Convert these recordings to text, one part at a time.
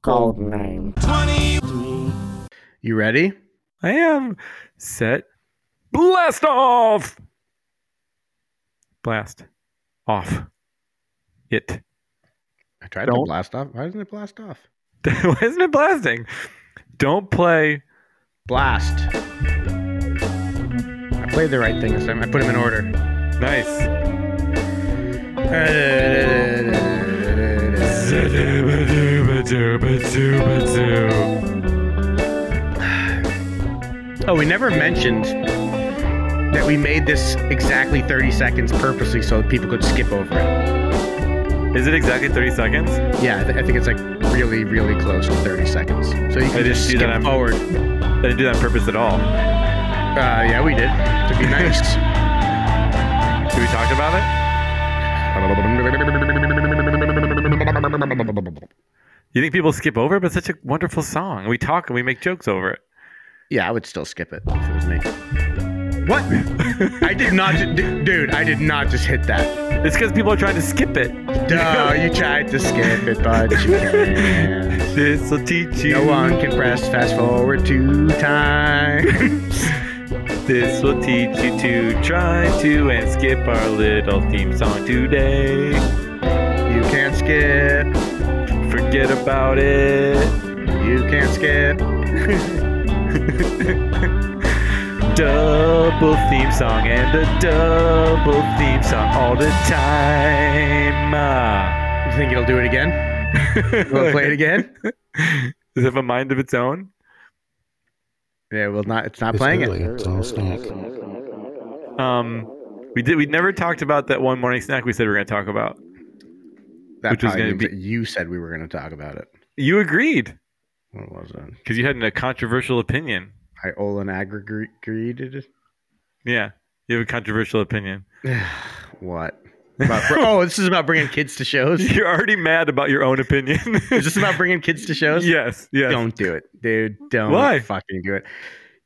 Code name. You ready? I am set. Blast off! Blast off. It. I tried Don't. to blast off. Why doesn't it blast off? Why isn't it blasting? Don't play. Blast. I played the right thing this time. I put them in order. Nice. Oh, we never mentioned that we made this exactly 30 seconds purposely so that people could skip over it. Is it exactly 30 seconds? Yeah, I, th- I think it's like really, really close to 30 seconds. So you I can didn't just do skip that on- forward. I didn't do that on purpose at all. Uh, yeah, we did. To be nice. Did we talk about it? You think people skip over it? But it's such a wonderful song. We talk and we make jokes over it. Yeah, I would still skip it if it was me. What? I did not, ju- d- dude. I did not just hit that. It's because people are trying to skip it. No, you tried to skip it, but you can't. This will teach you. No one can press fast forward two times. This will teach you to try to and skip our little theme song today. You can't skip. Forget about it. You can't skip. Double theme song and a double theme song all the time. Ah. You think it'll do it again? Will it play it again? Does it have a mind of its own? Yeah, it will not. It's not playing it. it. Don't stop. Um, we did. We never talked about that one morning snack we said we were going to talk about. That Which was probably gonna means that you said we were going to talk about it. You agreed What was it? because you had a controversial opinion. I Olin aggregated. Yeah, you have a controversial opinion. What? About br- oh, this is about bringing kids to shows. You're already mad about your own opinion. Is this about bringing kids to shows? yes, yes. Don't do it, dude. Don't Why? fucking do it.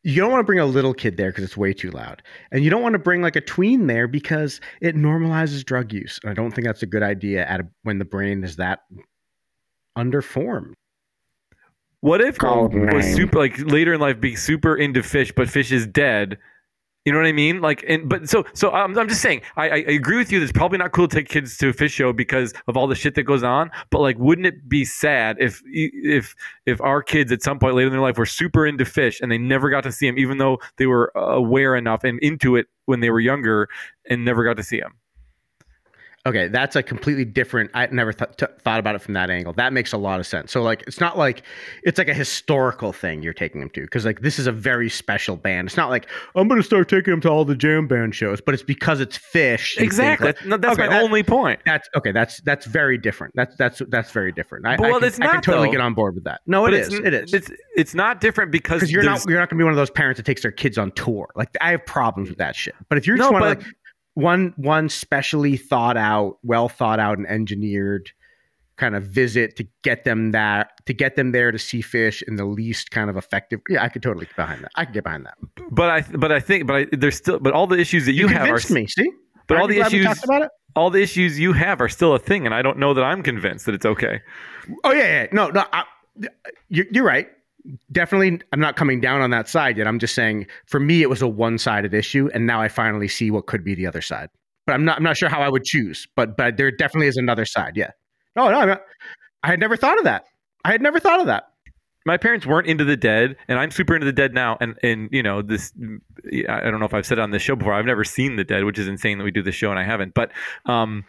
You don't want to bring a little kid there because it's way too loud. And you don't want to bring like a tween there because it normalizes drug use. And I don't think that's a good idea at a, when the brain is that underformed. What if Code was name. super like later in life being super into fish, but fish is dead? You know what I mean? Like, and but so so I'm, I'm just saying I, I I agree with you. that It's probably not cool to take kids to a fish show because of all the shit that goes on. But like, wouldn't it be sad if e, if if our kids at some point later in their life were super into fish and they never got to see them, even though they were uh, aware enough and into it when they were younger, and never got to see them? Okay, that's a completely different. I never th- t- thought about it from that angle. That makes a lot of sense. So like, it's not like it's like a historical thing you're taking them to because like this is a very special band. It's not like I'm gonna start taking them to all the jam band shows, but it's because it's Fish. you think, Exactly. like, That's, no, that's okay, my that- only point. That's okay. That's that's very different. That's that's that's very different. I, But, I well, can, it's I can not, totally though. get on board with that. No, But Oh, it it's is. n- It is. It's it's not different because Because you're there's- not you're not gonna be one of those parents that takes their kids on tour. Like I have problems with that shit. But if you're just No, one of but- like one one specially thought out, well thought out and engineered kind of visit to get them that to get them there to see fish in the least kind of effective. Yeah, I could totally get behind that. I could get behind that. But I, but I think, but I, there's still, but all the issues that you, have are, convinced me. See, but Aren't all you the glad we issues, talked about it. all the issues you have are still a thing, and I don't know that I'm convinced that it's okay. Oh yeah, yeah. no, no. I, you're, you're right. Definitely, I'm not coming down on that side yet. I'm just saying, for me, it was a one-sided issue, and now I finally see what could be the other side. But I'm not. I'm not sure how I would choose. But but there definitely is another side. Yeah. No, no. I'm not- I had never thought of that. I had never thought of that. My parents weren't into the dead, and I'm super into the dead now. And and you know this, I I don't know if I've said it on this show before. I've never seen the dead, which is insane that we do this show and I haven't. But um,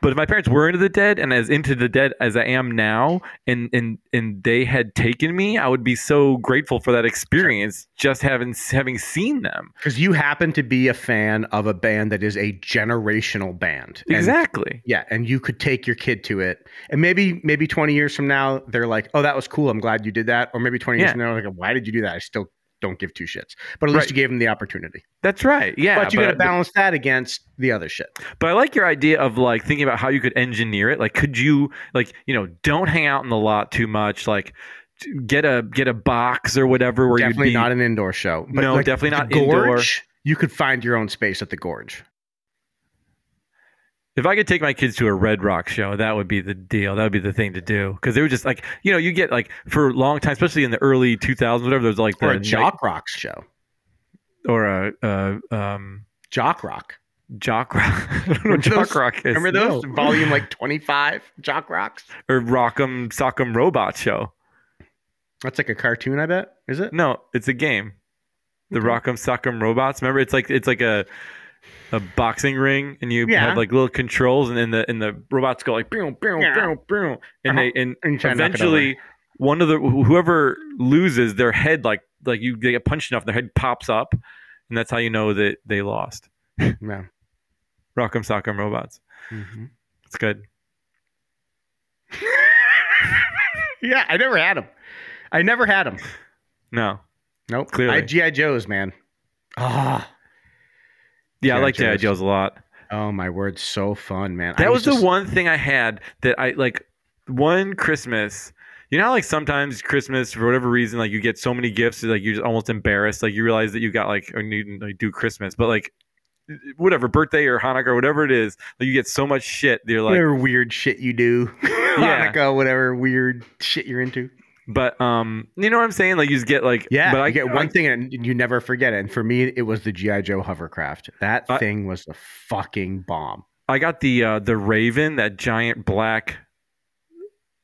but if my parents were into the dead and as into the dead as I am now, and and and they had taken me, I would be so grateful for that experience, just having having seen them. Because you happen to be a fan of a band that is a generational band. And Exactly. Yeah, and you could take your kid to it, and maybe maybe twenty years from now they're like, "Oh, that was cool. I'm glad you did that." Or maybe twenty years Yeah. from now they're like, "Why did you do that?" I still don't give two shits. But at least Right. you gave them the opportunity. That's right. Yeah. but you got to balance that against the other shit. But I like your idea of like thinking about how you could engineer it. Like, could you like you know don't hang out in the lot too much. Like, t- get a get a box or whatever where you'd definitely be. not an indoor show. No, like, definitely the not indoor. You could find your own space at the gorge. If I could take my kids to a Red Rock show, that would be the deal. That would be the thing to do because they were just like, you know, you get like for a long time, especially in the early 2000s, whatever. There's like the or a night- jock rock show. or a uh, um, Jock rock. jock rock. I don't know what Remember jock those? rock is. Remember those No. volume like twenty five jock rocks? or Rock'em Sock'em Robot show? That's like a cartoon, I bet. Is it? No, it's a game. The Rock'em Sock'em Robots. Remember, it's like it's like a a boxing ring, and you Yeah. have like little controls, and then the and the robots go like boom, boom, Yeah. boom, boom, and Uh-huh. they and And you try to knock it eventually one of the wh- whoever loses their head like like you they get punched enough, their head pops up, and that's how you know that they lost. No. Rock'em Sock'em Robots. Mhm. It's good. yeah, I never had them. I never had them. No, Nope. Clearly. I GI Joes, man. Ah. yeah, I G.I. like GI Joes. Joes a lot. Oh my word, so fun, man. I That was, just- the one thing I had that I like one Christmas. You know, how, like sometimes Christmas for whatever reason, like you get so many gifts, like you're just almost embarrassed. Like you realize that you got like or you didn't like, do Christmas, but like whatever birthday or Hanukkah or whatever it is, like you get so much shit. That you're like, whatever weird shit you do. Yeah. Hanukkah, whatever weird shit you're into. but um, you know what I'm saying? Like you just get like, Yeah, But but I you get I- one thing and you never forget it. And for me, it was the GI Joe hovercraft. That I- thing was a fucking bomb. I got the uh, the Raven, that giant black.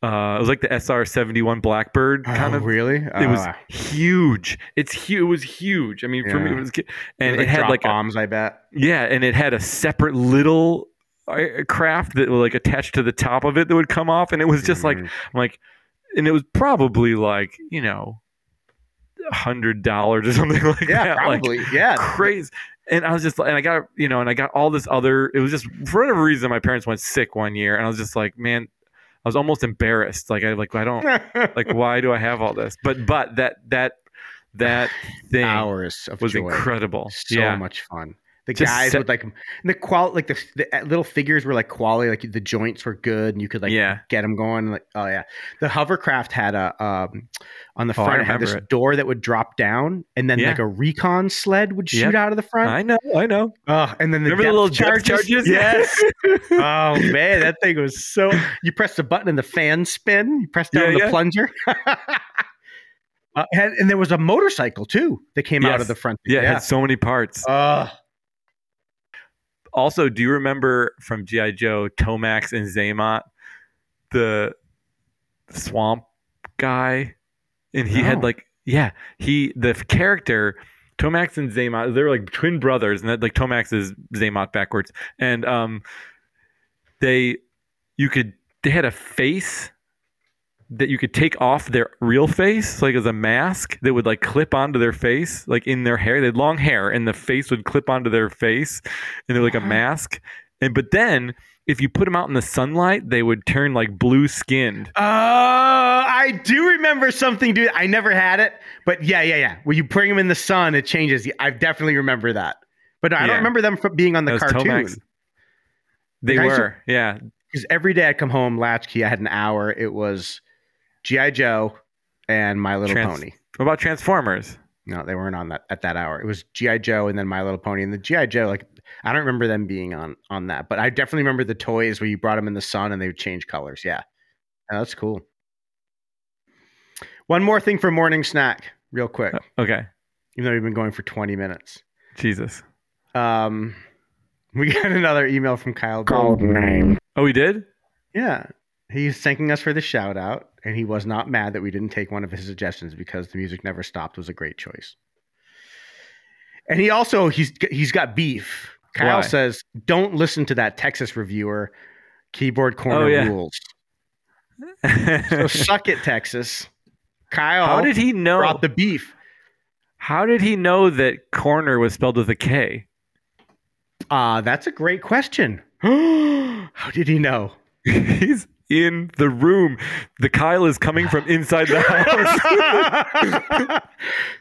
Uh, it was like the SR seventy one Blackbird kind Oh, of. really? It was huge. It's huge. It was huge. I mean, for me, Yeah. it was. And it had like a, bombs. I bet. yeah, and it had a separate little uh, craft that was like attached to the top of it that would come off, and it was just like Mhm. I'm like, and it was probably like you know, a hundred dollars or something like yeah, that. Like, probably. yeah, crazy. And I was just, like- and I got, you know, and I got all this other. It was just for whatever reason, my parents went sick one year, and I was just like, man, I was almost embarrassed. Like I like I don't like why do I have all this? But but that that that thing hours of was joy. incredible. So yeah, much fun. The Just guys set- would like the qual like the, the uh, little figures were like quality. Like the joints were good, and you could like yeah. get them going. Like oh yeah, the hovercraft had a um on the Oh, I front it had this remember it. door that would drop down, and then Yeah. like a recon sled would shoot Yep. out of the front. I know, I know. Oh, and then the, Remember the depth little charges? depth charges? Yes. oh man, that thing was so. You press the button and the fan spin. You press down Yeah, the yeah. plunger. Uh, and, and there was a motorcycle too that came out Yes. of the front. Yeah, it had so many parts. Uh, Also, do you remember from GI Joe Tomax and Zaymot, the swamp guy, and he had No. like yeah he the f- character Tomax and Zaymot they're like twin brothers and that like Tomax is Zaymot backwards and um they you could they had a face that you could take off their real face like as a mask that would like clip onto their face like in their hair they had long hair and the face would clip onto their face and they're like a What? mask and but then if you put them out in the sunlight they would turn like blue skinned oh, I do remember something, dude. I never had it, but yeah, yeah, yeah. When you bring them in the sun, it changes. I definitely remember that, but I Yeah. don't remember them from being on the That was cartoon. Tomax. They Like, I used to- were, yeah. because every day I'd come home, latchkey, I had an hour. It was G.I. Joe and My Little Trans- Pony. What about Transformers? No, they weren't on that at that hour. It was G.I. Joe and then My Little Pony. And the G.I. Joe, like I don't remember them being on on that, but I definitely remember the toys where you brought them in the sun and they would change colors. Yeah. Yeah, that's cool. One more thing for morning snack, real quick, Okay, even though we've been going for 20 minutes. Jesus. Um, we got another email from Kyle Gold. Oh, we did. Yeah. He's thanking us for the shout out, and he was not mad that we didn't take one of his suggestions because the music never stopped was a great choice. And he also he's he's got beef. Kyle Why? says, "Don't listen to that Texas reviewer. Keyboard corner Oh, yeah. rules. So suck it, Texas." Kyle How did he know? brought the beef. How did he know that corner was spelled with a K? Ah, that's a great question. How did he know? He's in the room. The Kyle is coming from inside the house.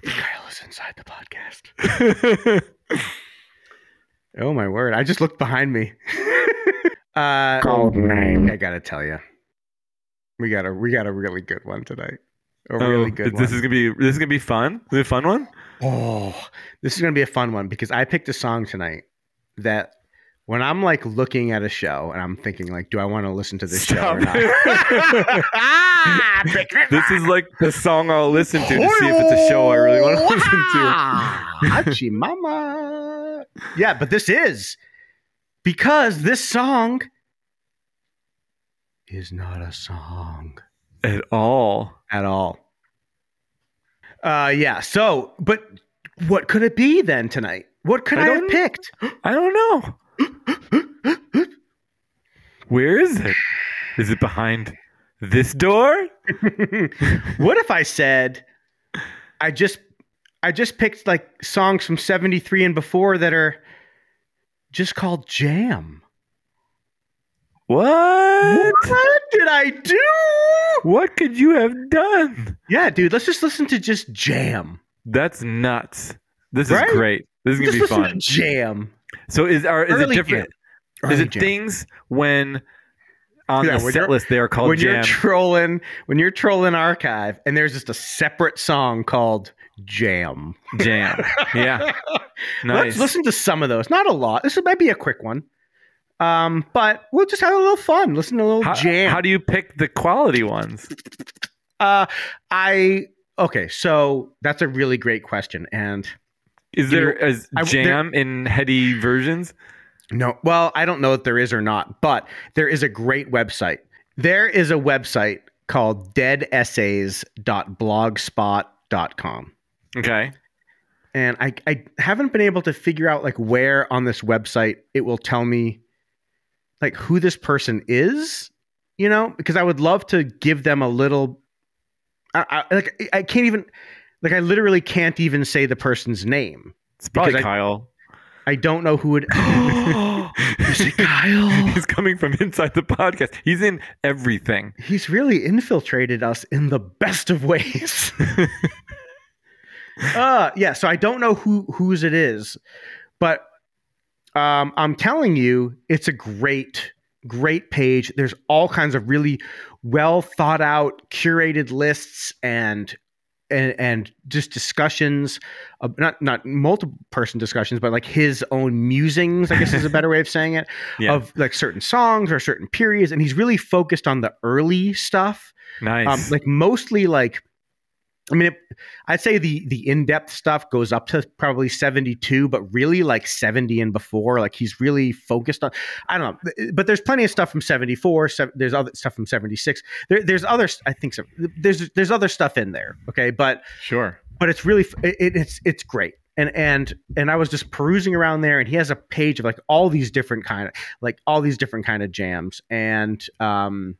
Kyle is inside the podcast. Oh my word! I just looked behind me. uh, Code name. I gotta tell you, we got a we got a really good one tonight. A Oh, really good this one. is gonna be this is gonna be fun. Is it a fun one? oh, this is gonna be a fun one because I picked a song tonight that when I'm like looking at a show and I'm thinking like, do I want to listen to this Stop show or not? it. ah, this is like the song I'll listen to to see if it's a show I really want to listen to. Hachi Mama. Yeah, but this is because this song is not a song At all. at all. Uh, yeah. So, but what could it be then tonight? What could I I, have don't- picked? I don't know. Where is it? Is it behind this door? what if I said I just I just picked like songs from 73 and before that are just called jam. What? What did I do? What could you have done? Yeah, dude, let's just listen to just jam. That's nuts. This Right? is great. This is gonna Just be listen fun. to jam. So is are is Early it different? jam. Is Early it jam. things when on Yeah, the when set you're- list they are called when you're jam? trolling when you're trolling archive and there's just a separate song called jam. jam. Yeah. Nice. Let's listen to some of those. Not a lot. This might be a quick one. Um, but we'll just have a little fun. Listen to a little how, jam. how do you pick the quality ones? Uh, I okay. So that's a really great question, and Is You there is I- there- jam in heady versions? no, well, I don't know if there is or not, but there is a great website. There is a website called deadessays.blogspot.com. Okay. And I, I haven't been able to figure out like where on this website it will tell me like who this person is, you know, because I would love to give them a little I, I like I can't even like I literally can't even say the person's name. It's probably Because I- Kyle. I don't know who it. Is it Kyle? He's coming from inside the podcast. He's in everything. He's really infiltrated us in the best of ways. uh, yeah, so I don't know who whose it is, but um, I'm telling you, it's a great, great page. There's all kinds of really well thought out, curated lists and and, and just discussions, uh, not not multiple person discussions, but like his own musings. I guess is a better way of saying it. Yeah. Of like certain songs or certain periods, and he's really focused on the early stuff um, Nice. like mostly like i mean it, i'd say the the in-depth stuff goes up to probably 72 but really like 70 and before like he's really focused on i don't know but there's plenty of stuff from 74 sev- there's other stuff from 76 there, there's other i think so there's there's other stuff in there okay but sure. but it's really it, it- it's it's great and and and i was just perusing around there and he has a page of like all these different kind of like all these different kind of jams and um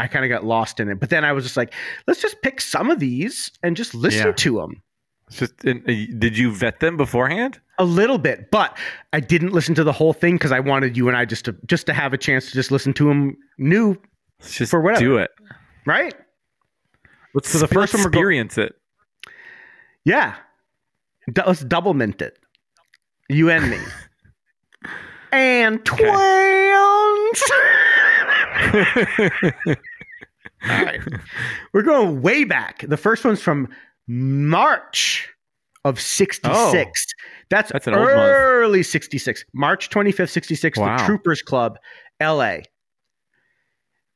i kind of got lost in it but then i was just like let's just pick some of these and just listen Yeah. to them It's just in, uh, did you vet them beforehand? a little bit but i didn't listen to the whole thing because i wanted you and i just to just to have a chance to just listen to them new Let's just For whatever. do it. right Let's So the first one we're go- experience it. Yeah. Du- let's double mint it. You and me. and Okay. twins. All right. We're going way back. The first one's from March of 66. That's, Oh, That's an old month. early 66. March 25th, 66, the Wow. Troopers Club, LA.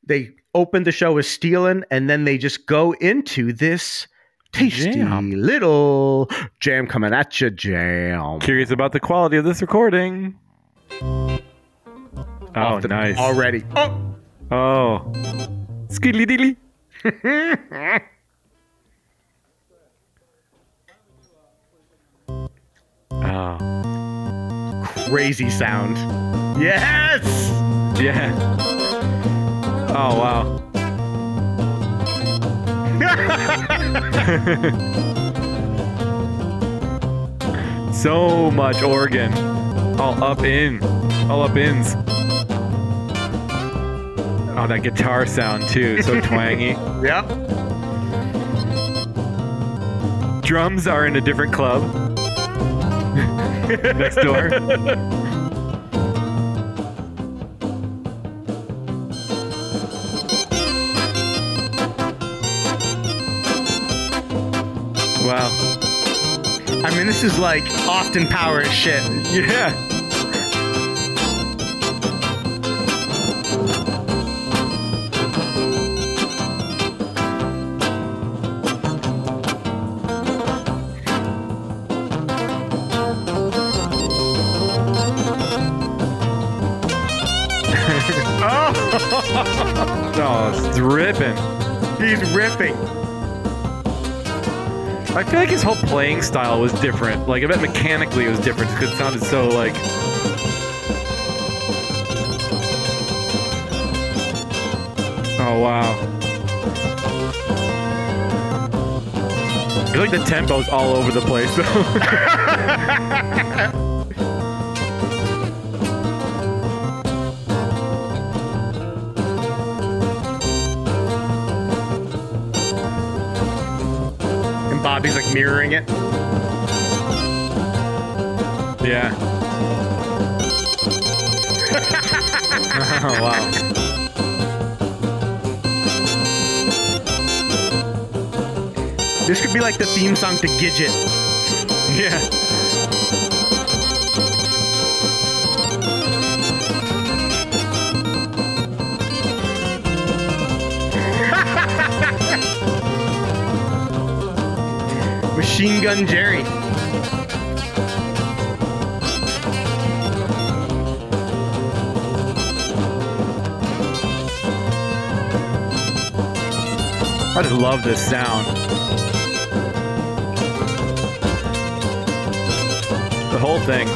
They opened the show with Stealin', and then they just go into this tasty Jam. little jam coming at you, jam. Curious about the quality of this recording. Oh, Off the- nice. Already. Oh, Oh. Skidly dilly. oh. crazy sound. Yes! Yeah. Oh, wow. So much organ. All up in. All up ins. Oh, that guitar sound too. So twangy. yep. Drums are in a different club. Next door. wow. I mean, this is like Austin Powers shit. Yeah. He's ripping. He's ripping. I feel like his whole playing style was different. Like I bet mechanically it was different because it sounded so like. Oh wow! I feel like the tempo's all over the place though. And Bobby's like mirroring it. yeah. oh wow! This could be like the theme song to Gidget. Yeah. Machine Gun Jerry. I just love this sound. The whole thing.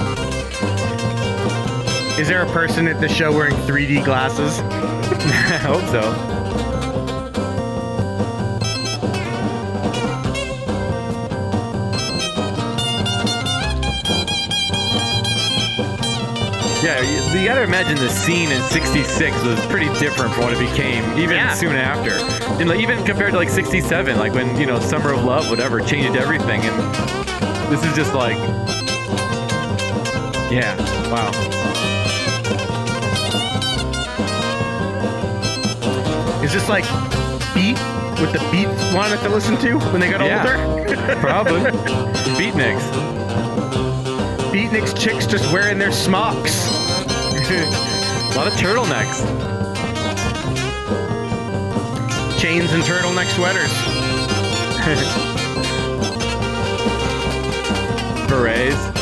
Is there a person at the show wearing 3D glasses? I hope so. Yeah, you, you gotta imagine the scene in '66 was pretty different from what it became, even Yeah. soon after, and like, even compared to like '67, like when you know Summer of Love, whatever, changed everything, and this is just like, yeah, wow. Is this like Beat? What the Beat wanted to listen to when they got Yeah. older? Probably. Beatniks. Beatniks chicks just wearing their smocks. A lot of turtlenecks. Chains and turtleneck sweaters. Berets.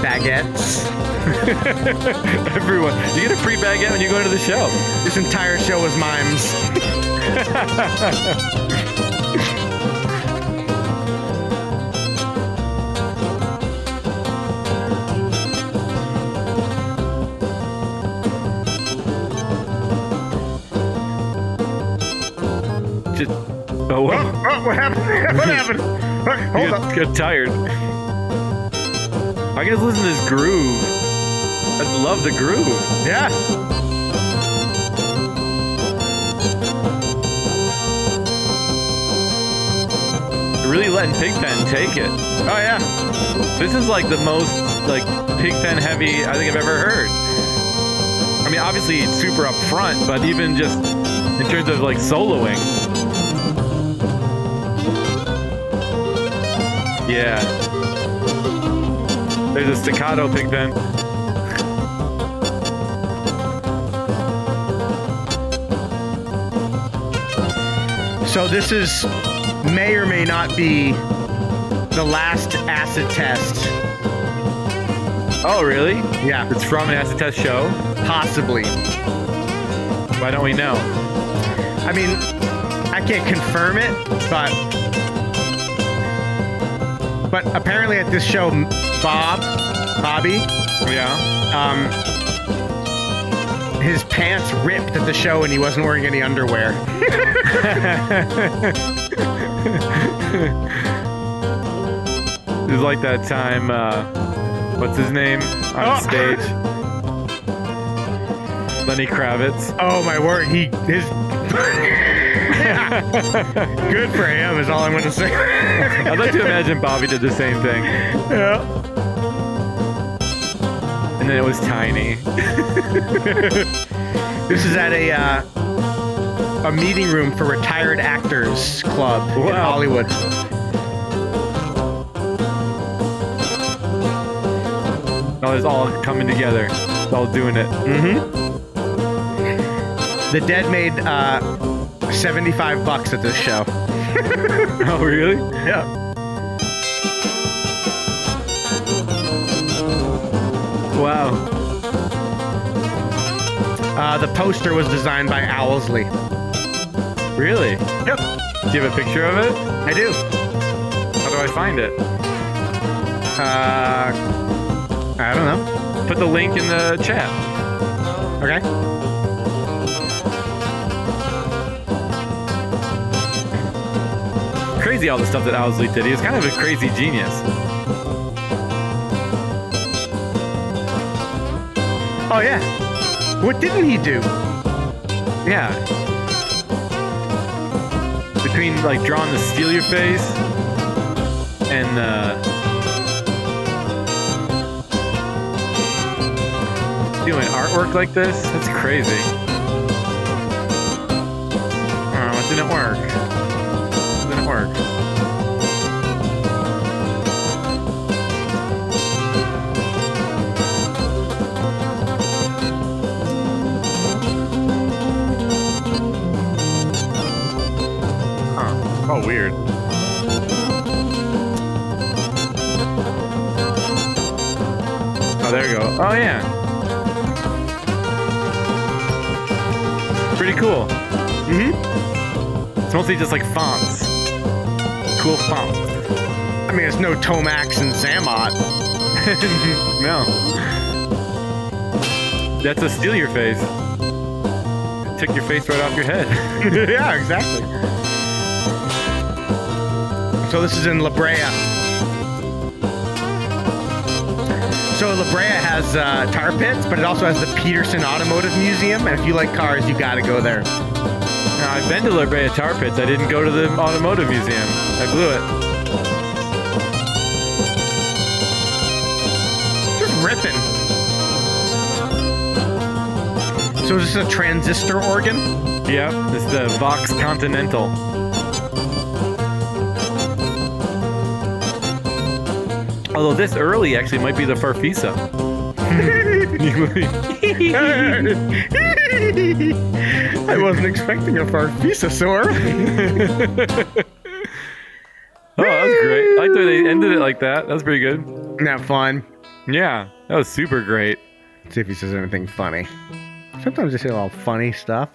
Baguettes. Everyone. You get a free baguette when you go into the show. This entire show was mimes. Just. Oh, Oh, wow. oh, what happened? what happened? Oh, You Hold get, up. get tired. I can just listen to this groove. I love the groove. Yeah. Really letting Pigpen take it. Oh, yeah. This is like the most like Pigpen heavy I think I've ever heard. I mean, obviously it's super upfront, but even just in terms of like soloing. Yeah. There's a staccato Pigpen. So this is may or may not be the last acid test. Oh, really? Yeah, It's from an acid test show. possibly. Why don't we know? I mean, I can't confirm it, but but apparently at this show, Bob, Bobby, Yeah. um, his pants ripped at the show and he wasn't wearing any underwear. It was like that time. Uh, what's his name on Oh. stage? Lenny Kravitz. Oh my word, he his. Good for him is all I'm gonna say. I'd like to imagine Bobby did the same thing, Yeah. and then it was tiny. This is at a uh, a meeting room for retired actors club in Wow. Hollywood. Now it's all coming together. It's all doing it. The Dead made uh, 75 bucks at this show. Oh, really? Yeah. Wow. Uh, the poster was designed by Owlsley. Really? Yep, Do you have a picture of it? I do. How do I find it? Uh, I don't know. Put the link in the chat. Okay. Crazy all the stuff that Owsley did. He was kind of a crazy genius. Oh yeah. What didn't he do? Yeah. Between like drawing the steal your face and uh, doing artwork like this, that's crazy. Oh, it didn't work. It didn't work. Huh. Oh, weird. Oh, there you go. Oh, yeah. Pretty cool. Mm-hmm. It's mostly just like fonts. Cool fonts. I mean, it's no Tomax and Zammot. no. That's a steal your face. Took your face right off your head. yeah, exactly. So this is in La Brea. So La Brea has uh, tar pits, but it also has the Peterson Automotive Museum, and if you like cars, you got to go there. Now, I've been to La Brea Tar Pits. I didn't go to the automotive museum. I blew it. Just ripping. So is this a transistor organ? Yeah, it's the Vox Continental. Although this early actually might be the Farfisa. I wasn't expecting a Farfisa so early. Oh, that was great. I thought they ended it like that. That was pretty good. Isn't that fun? Yeah, that was super great. See if he says anything funny. Sometimes they say a lot of funny stuff.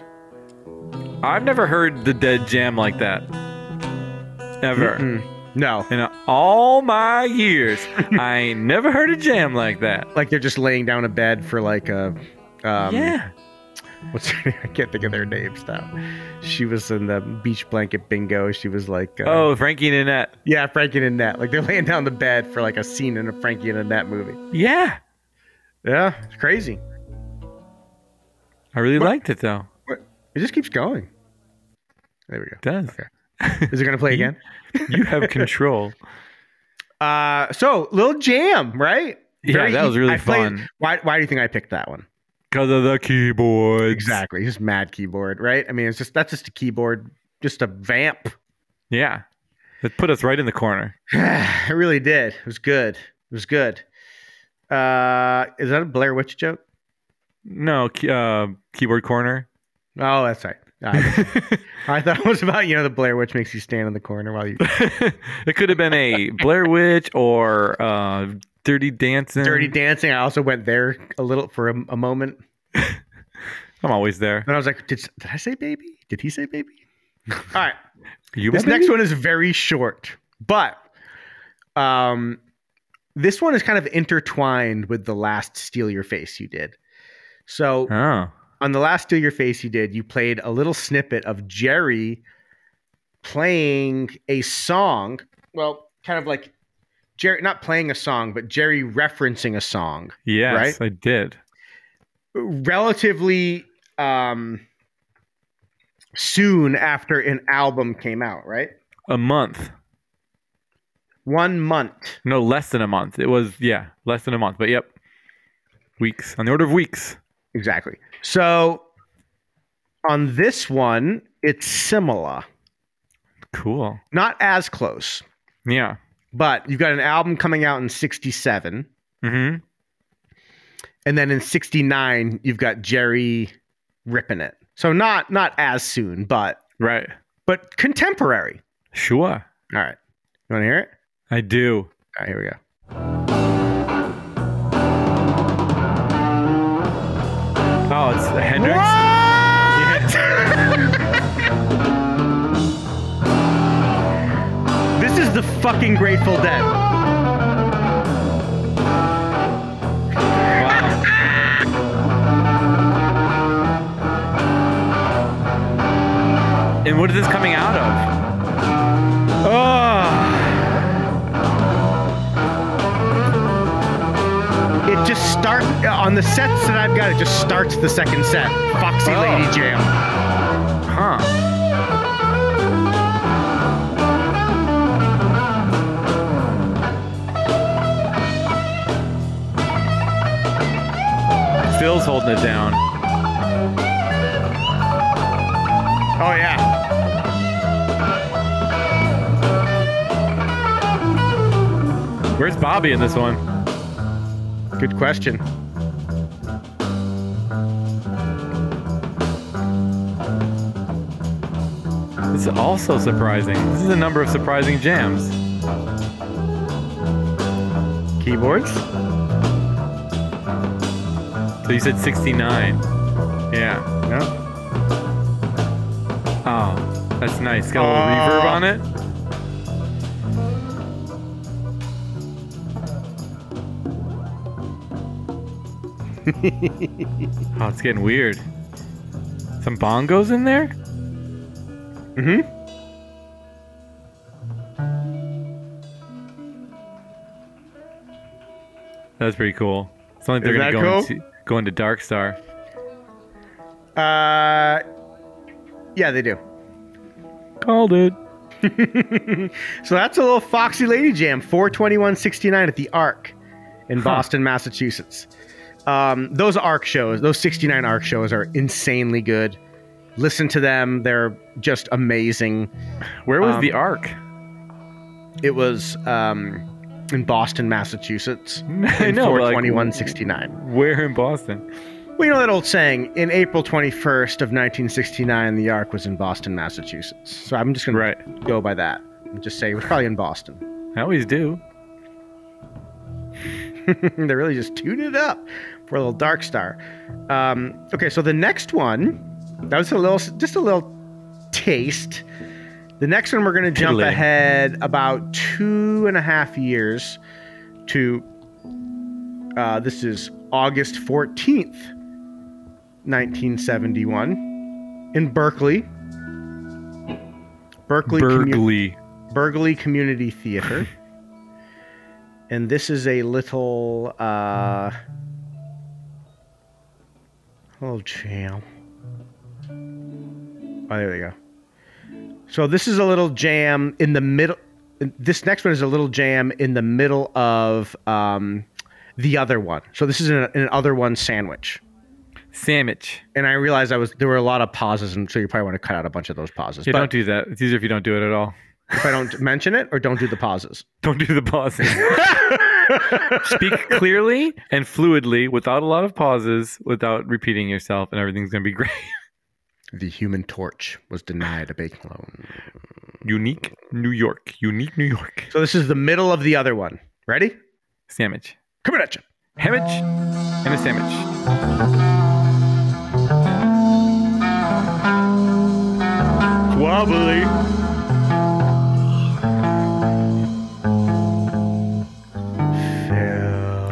I've never heard the dead jam like that. Ever. No, In all my years, I ain't never heard a jam like that. like they're just laying down a bed for like a. Um, yeah. What's her name? I can't think of their names now. She was in the beach blanket bingo. She was like. Uh, Oh, Frankie and Annette. Yeah, Frankie and Annette. Like they're laying down the bed for like a scene in a Frankie and Annette movie. Yeah. Yeah, it's crazy. I really liked it though. It just keeps going. There we go. It does. Is it gonna play again? You have control. Uh, so Lil Jam, right? Yeah, that was really I played- fun. Why, why do you think I picked that one? Because of the keyboard. Exactly, just mad keyboard, right? I mean, it's just that's just a keyboard, just a vamp. Yeah. That put us right in the corner. it really did. It was good. It was good. Uh, is that a Blair Witch joke? No, key, uh, keyboard corner. Oh, that's right. I, I thought it was about you know the Blair Witch makes you stand in the corner while you it could have been a Blair Witch or uh, Dirty Dancing. dirty dancing. I also went there a little for a, a moment, I'm always there. and I was like, did, did I say baby? Did he say baby? All right. You This my next baby? one is very short, but um, this one is kind of intertwined with the last Steal Your Face you did. So Oh. on the last Steal Your Face you did, you played a little snippet of Jerry playing a song. Well, kind of like Jerry, not playing a song, but Jerry referencing a song Yes, I did. relatively um, soon after an album came out, right? A month. One month. No, less than a month. It was yeah, less than a month. But yep, weeks on the order of weeks. Exactly. So on this one, it's similar. Cool. Not as close, Yeah. but you've got an album coming out in 67. Mm-hmm. And then in 69, you've got Jerry ripping it. So not not as soon, but Right. but contemporary. Sure. All right. You want to hear it? I do. All right, here we go. Thank Oh, it's Hendrix. This is the fucking Grateful Dead. Wow. and what is this coming out of? Oh. It just starts on the sets that I've got. It just starts the second set. Foxy Oh. Lady Jam. Huh. Phil's holding it down. Oh yeah. Where's Bobby in this one? Good question. This is also surprising. This is a number of surprising jams. Keyboards. So you said 69. Yeah. No. Oh, that's nice. Got a little Aw. reverb on it. oh, it's getting weird. Some bongos in there? Mm-hmm. That's pretty cool. It's not like they're Is that cool? gonna go into go into Dark Star. Uh. Yeah, they do. Called it. So that's a little Foxy Lady Jam, 42169 at the Arc in Boston, Massachusetts. Um, those Arc shows, those 69 Arc shows are insanely good. Listen to them, they're just amazing. Where was Um, the Ark? It was um, in Boston, Massachusetts. I in know, but, like, 42169. Where in Boston? Well, you know that old saying, in April 21st of 1969, the Arc was in Boston, Massachusetts. So I'm just going Right. to go by that and just say it was probably in Boston. I always do. they really just tuned it up for a little dark star. Um, okay, so the next one, that was a little, just a little taste. The next one, we're going to jump Tiddly. ahead about two and a half years to. Uh, this is August 14th, 1971, in Berkeley. Berkeley, Commu- Burgley. Burgley Community Theater. and this is a little uh little jam. Oh, there we go. So this is a little jam in the middle this next one is a little jam in the middle of um the other one. So this is an, an other one sandwich. Sandwich. And I realized I was there were a lot of pauses, and so you probably want to cut out a bunch of those pauses. Yeah, but don't do that. It's easier if you don't do it at all. if I don't mention it or don't do the pauses. Don't do the pauses. Speak clearly and fluidly without a lot of pauses, without repeating yourself, and everything's going to be great. The Human Torch was denied a bank loan. Unique New York. Unique New York. So this is the middle of the other one. Ready? Sandwich. Coming at you. Hemage and a sandwich. Wobbly.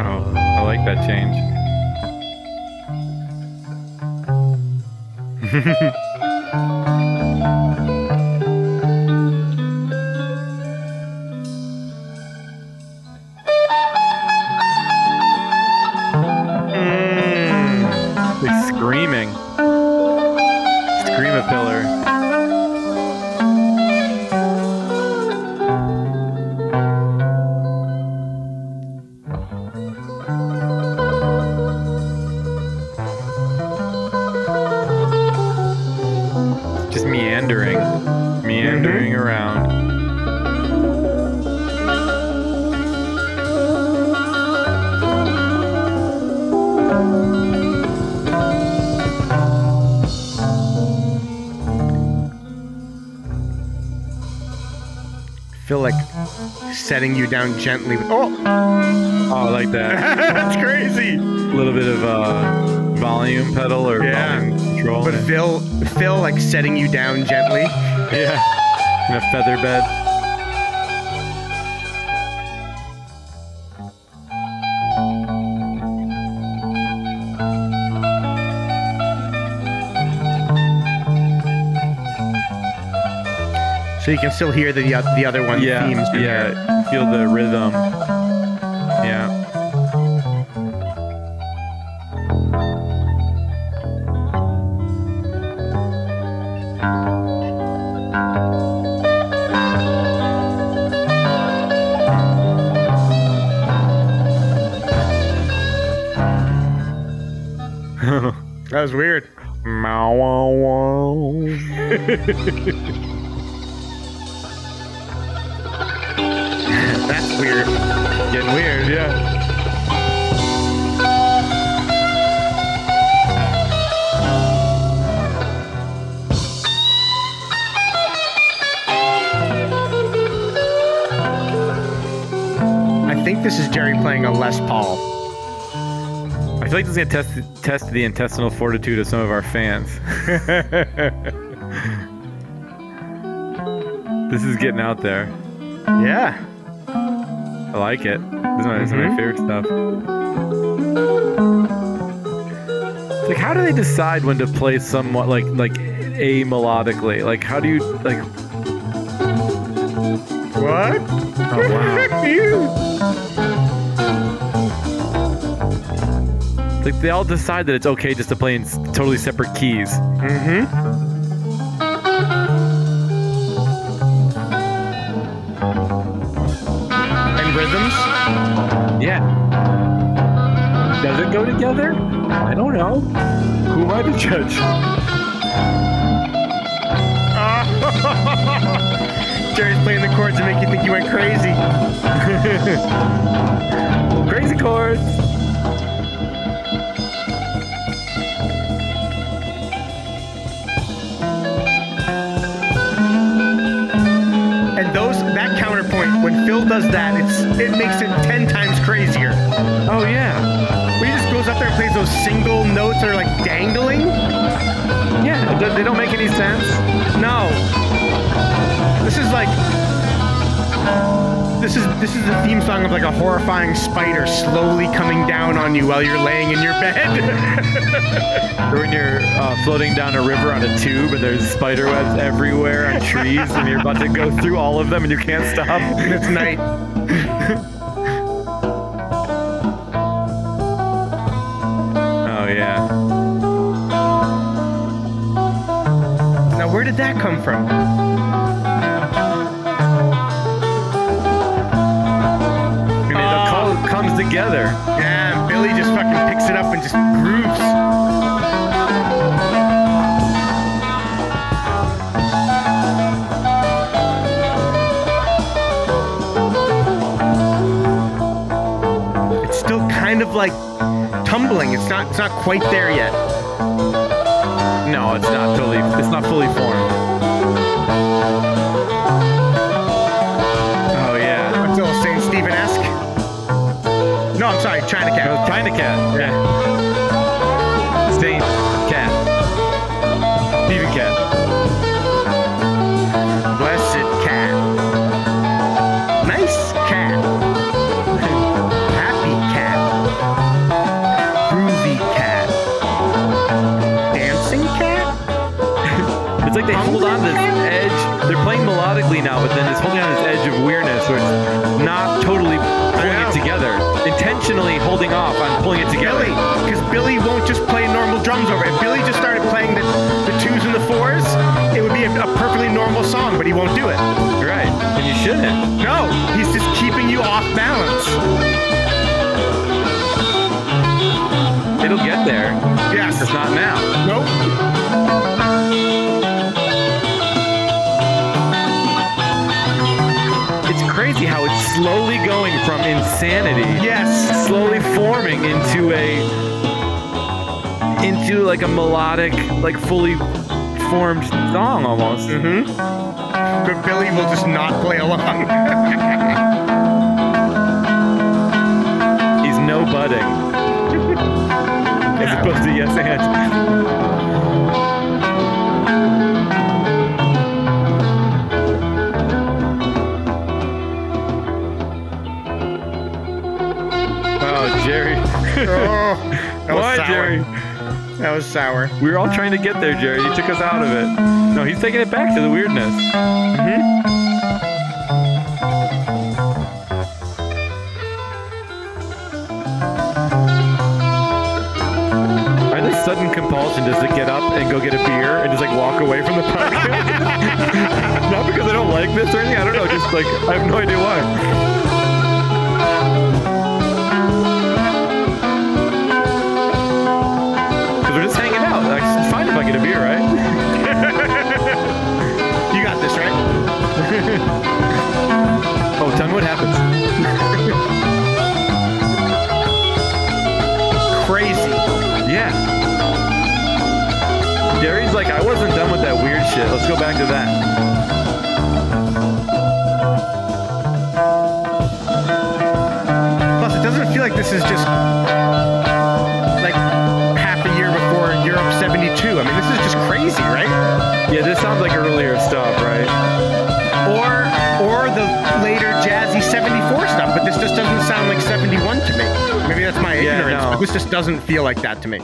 Oh, I like that change. Like screaming. Scream a pillar. Just meandering. Mm-hmm. Meandering around. Feel like setting you down gently. With, oh, Oh, I like that. that's crazy. A little bit of uh, volume pedal or Yeah. volume control. But and- Phil, Phil, like setting you down gently. yeah, in a feather bed. So you can still hear the the other one Yeah, themes. in there. yeah. Feel the rhythm. Yeah. That was weird. Meow, wow, wow. That's weird. Getting weird, yeah. I think this is Jerry playing a Les Paul. I feel like this is gonna test test the intestinal fortitude of some of our fans. this is getting out there. Yeah. I like it. This is my, this is my Mhm. favorite stuff. It's like, how do they decide when to play somewhat like like a melodically? Like, how do you like? What? Oh wow! It's like they all decide that it's okay just to play in s- totally separate keys. mm-hmm. And rhythms. Yeah. Does it go together? I don't know. Who am I to judge? Jerry's playing the chords to make you think you went crazy. Crazy chords. And those that counterpoint, when Phil does that, it's it makes it ten times crazier. Oh yeah. When he just goes up there and plays those single notes that are like dangling. Yeah. They- They don't make any sense. No. This is like this is this is the theme song of like a horrifying spider slowly coming down on you while you're laying in your bed. Or when you're uh, floating down a river on a tube and there's spider webs everywhere on trees and you're about to go through all of them and you can't stop. it's night. Oh yeah. Now where did that come from? I mean, it all comes together. Yeah, Billy just fucking picks it up and just grooves. It's still kind of like tumbling. It's not it's not quite there yet. No, it's not totally. It's not fully formed. Oh yeah. It's a little St. Stephen-esque. No, I'm sorry, China Oh, Cat. China cat. Yeah. Saint cat. Steven cat. Blessed cat. Nice cat. Happy cat. Groovy cat. Dancing cat? It's like they hold on to this edge. They're playing melodically now, but then it's holding on to this edge of weirdness, where it's not totally pulling know. it together. Intentionally holding off on pulling it together. Billy. Because Billy won't just play normal drums over it. If Billy just started playing the, the twos and the fours, it would be a, a perfectly normal song, but he won't do it. Right. And you shouldn't. No, he's just keeping you off balance. It'll get there. Yes. It's not now. Nope. It's crazy how it's slowly going from insanity. Yes. slowly forming into a into like a melodic like fully formed song almost hmm But Billy will just not play along. Oh, he's no budding it's as opposed to yes and. Oh, Jerry. Oh, that was Why, sour. Jerry? That was sour. We were all trying to get there, Jerry. You took us out of it. No, he's taking it back to the weirdness. Mm-hmm. I had a sudden compulsion just to get up and go get a beer and just like walk away from the podcast. Not because I don't like this or anything. I don't know. Just like I have no idea why. Because we're just hanging out. Like, it's fine if I get a beer, right? You got this, right? Oh, tell me what happens. Crazy. Yeah. Jerry's like, I wasn't done with that weird shit. Let's go back to that. Plus, it doesn't feel like this is just like half a year before Europe 72. I mean, this is just crazy, right? Yeah, this sounds like earlier stuff, right? Or or the later jazzy 74 stuff, but this just doesn't sound like 71 to me. Maybe that's my Yeah, ignorance, no. but this just doesn't feel like that to me.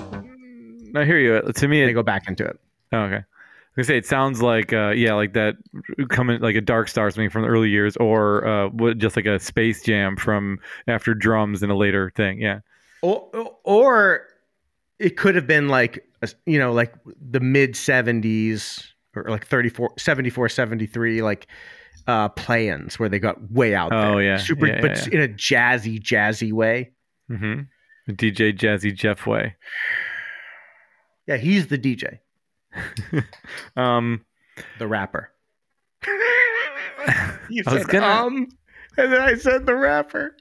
I hear you. To me, They it, go back into it. oh, okay. I was gonna say it sounds like uh, yeah, like that coming like a Dark Star or something from the early years, or uh, what, just like a Space Jam from after drums in a later thing. Yeah. Or or it could have been like you know, like the mid 70s or like 34 74 73 like uh play-ins where they got way out there. Oh, yeah. Super Yeah, yeah, but in a jazzy jazzy way. Mm-hmm. DJ Jazzy Jeff way. Yeah, he's the DJ, Um, the rapper. you I was said gonna- um, and then I said the rapper.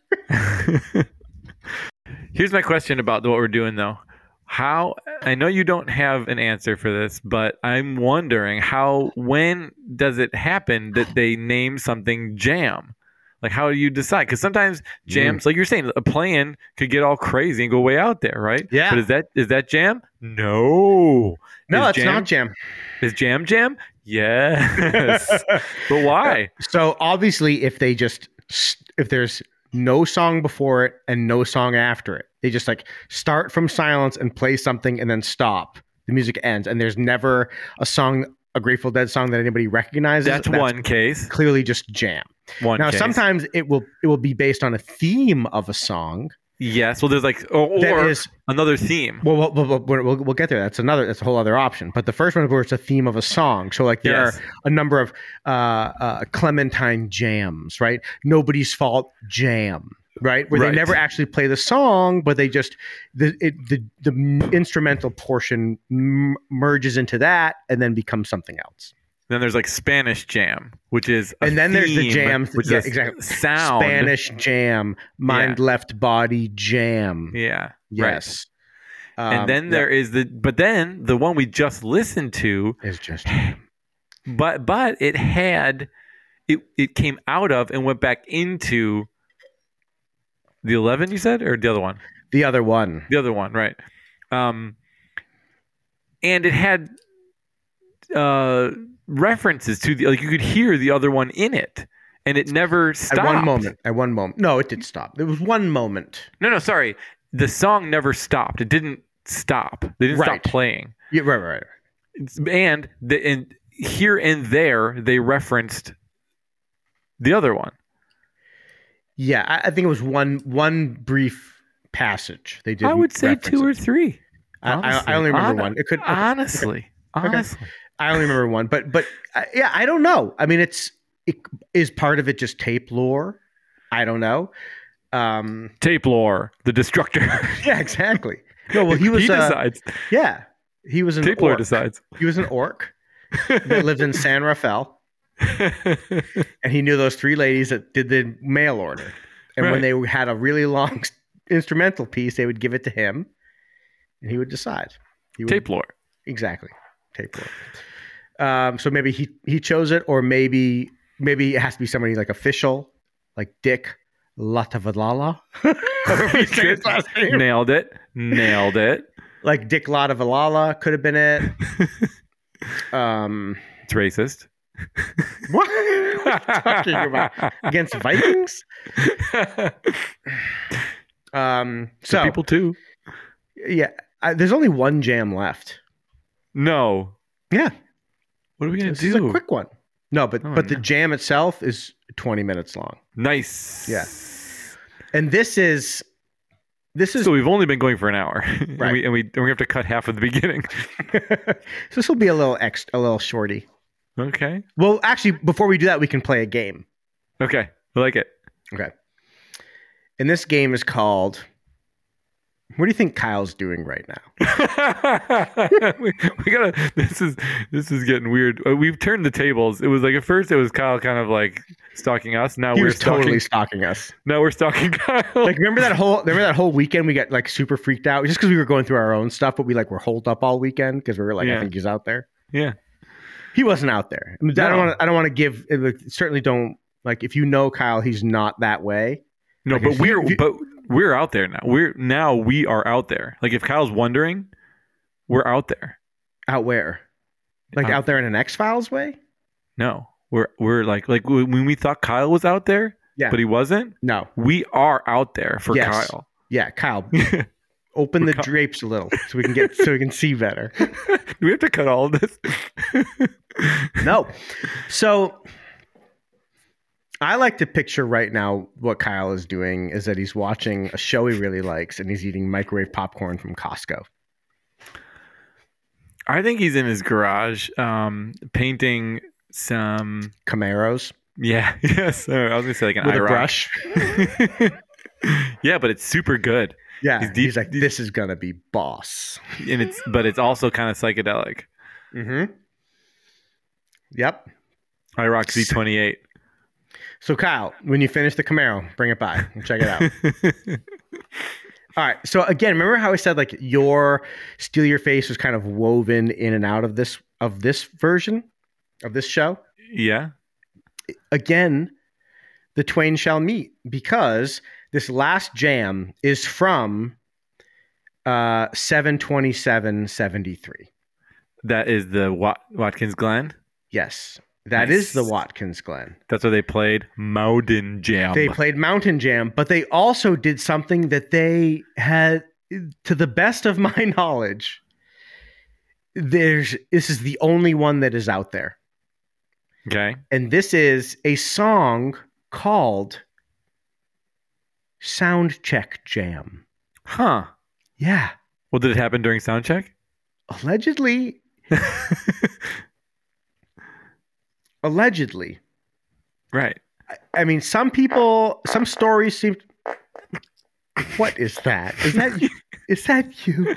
Here's my question about what we're doing though. How I know you don't have an answer for this, but I'm wondering how when does it happen that they name something jam? Like how do you decide? Because sometimes jams, Mm. like you're saying, a plan could get all crazy and go way out there, right? Yeah. But is that is that jam? No. No, Is it's not jam. Is jam jam? Yes. but why? So obviously, if they just if there's no song before it and no song after it, they just like start from silence and play something and then stop. The music ends, and there's never a song, a Grateful Dead song that anybody recognizes. That's, one case. Clearly, just jam. One now, case. sometimes it will it will be based on a theme of a song yes. Well, there's like or, that or is another theme. Well, we'll, we'll, we'll, we'll- we'll get there. That's another. That's a whole other option. But the first one, of course, is a theme of a song. So like there Yes. are a number of uh, uh, Clementine jams, right? Nobody's fault jam, right? Where Right. they never actually play the song, but they just the it, the the instrumental portion m- merges into that and then becomes something else. Then there's like Spanish Jam, which is a And then there's the theme, jams- which yeah, is a exactly. sound. Spanish jam, mind left body jam. yeah, right. Yes. Um, and then there is the, but then the one we just listened to, yeah, is just but but it had, it it came out of and went back into the eleven you said or the other one, the other one. the other one, right? Um, and it had uh references to the like you could hear the other one in it, and it never stopped. At one moment. At one moment. No, it did stop. There was one moment. No, no, sorry. The song never stopped. It didn't stop. They didn't Right. stop playing. Yeah, right, right, right. It's- And the and here and there they referenced the other one. Yeah, I, I think it was one one brief passage. They did. I would say reference two it. or three. I, I, honestly. I only remember Hon- one. It could. Honestly. Honestly. I only remember one. But but uh, yeah, I don't know. I mean, it's it is part of it just tape lore. I don't know. Um. Tape lore, the destructor. Yeah. Exactly. No. Well, he was. he uh, decides. yeah. He was an Tape lore orc. decides. He was an orc that lived in San Rafael, and he knew those three ladies that did the mail order. And when they had a really long instrumental piece, they would give it to him, and he would decide. He would, Tape lore. exactly tape lore. Um, so maybe he he chose it, or maybe maybe it has to be somebody like official, like Dick Latavadala. Nailed it. Nailed it. like Dick Ladavalala could have been it. um, It's racist. what? what are you talking about against Vikings? Um, so people too. yeah, I, there's only one jam left. No. Yeah, What are we gonna this is do? a quick one. No, but Oh, but the no. jam itself is 20 minutes long, nice. Yeah. and this is this is So we've only been going for an hour, Right. and we and we, and we have to cut half of the beginning. this will be a little ex a little shorty. Okay. Well, actually, before we do that, we can play a game. Okay. I like it. Okay. And this game is called. What do you think Kyle's doing right now? we, we gotta. This is this is getting weird. Uh, We've turned the tables. It was like at first it was Kyle kind of like stalking us. Now he Oh, we're was stalking. totally stalking us. Now we're stalking Kyle. Like, remember that whole remember that whole weekend we got like super freaked out just because we were going through our own stuff, but we like were holed up all weekend because we were like, I Yeah. think he's out there. yeah. He wasn't out there. I, mean, I don't No. want to. I don't want to give. Like, certainly don't like if you know Kyle, he's not that way. No, Like, but if you- we're if you- but we're out there now. We're now we are out there. Like if Kyle's wondering, we're out there. Out where? Like Um, out there in an X Files way? No, we're we're like like when we thought Kyle was out there, Yeah. but he wasn't. No. We are out there for Yes. Kyle. Yeah, Kyle, Do open We're the co- drapes a little so we can get so we can see better. we have to cut all of this? No. So I like to picture right now what Kyle is doing is that he's watching a show he really likes and he's eating microwave popcorn from Costco. I think he's in his garage, um, painting some. Camaros Yeah, yes. I was gonna say like an with eye a rock. brush. yeah, but it's super good, Yeah. He's He's, deep- like, this is gonna be boss. and it's but it's also kind of psychedelic. Mm-hmm. Yep. I rock Z twenty eight. So Kyle, when you finish the Camaro, bring it by and check it out. All right. So again, remember how I said like your steal your face was kind of woven in and out of this of this version of this show? Yeah. again, the twain shall meet because this last jam is from uh 727.73. That is the Wat- Watkins Glen. Yes. that is the Nice. Watkins Glen. That's where they played Mountain Jam. They played Mountain Jam, but they also did something that they had, to the best of my knowledge, there's this is the only one that is out there. okay. And this is a song called Sound Check Jam. Huh. Yeah. Well, did it happen during sound check? Allegedly. Allegedly. Right. I mean, some people, some stories seem. What is that? Is that you? Is that you?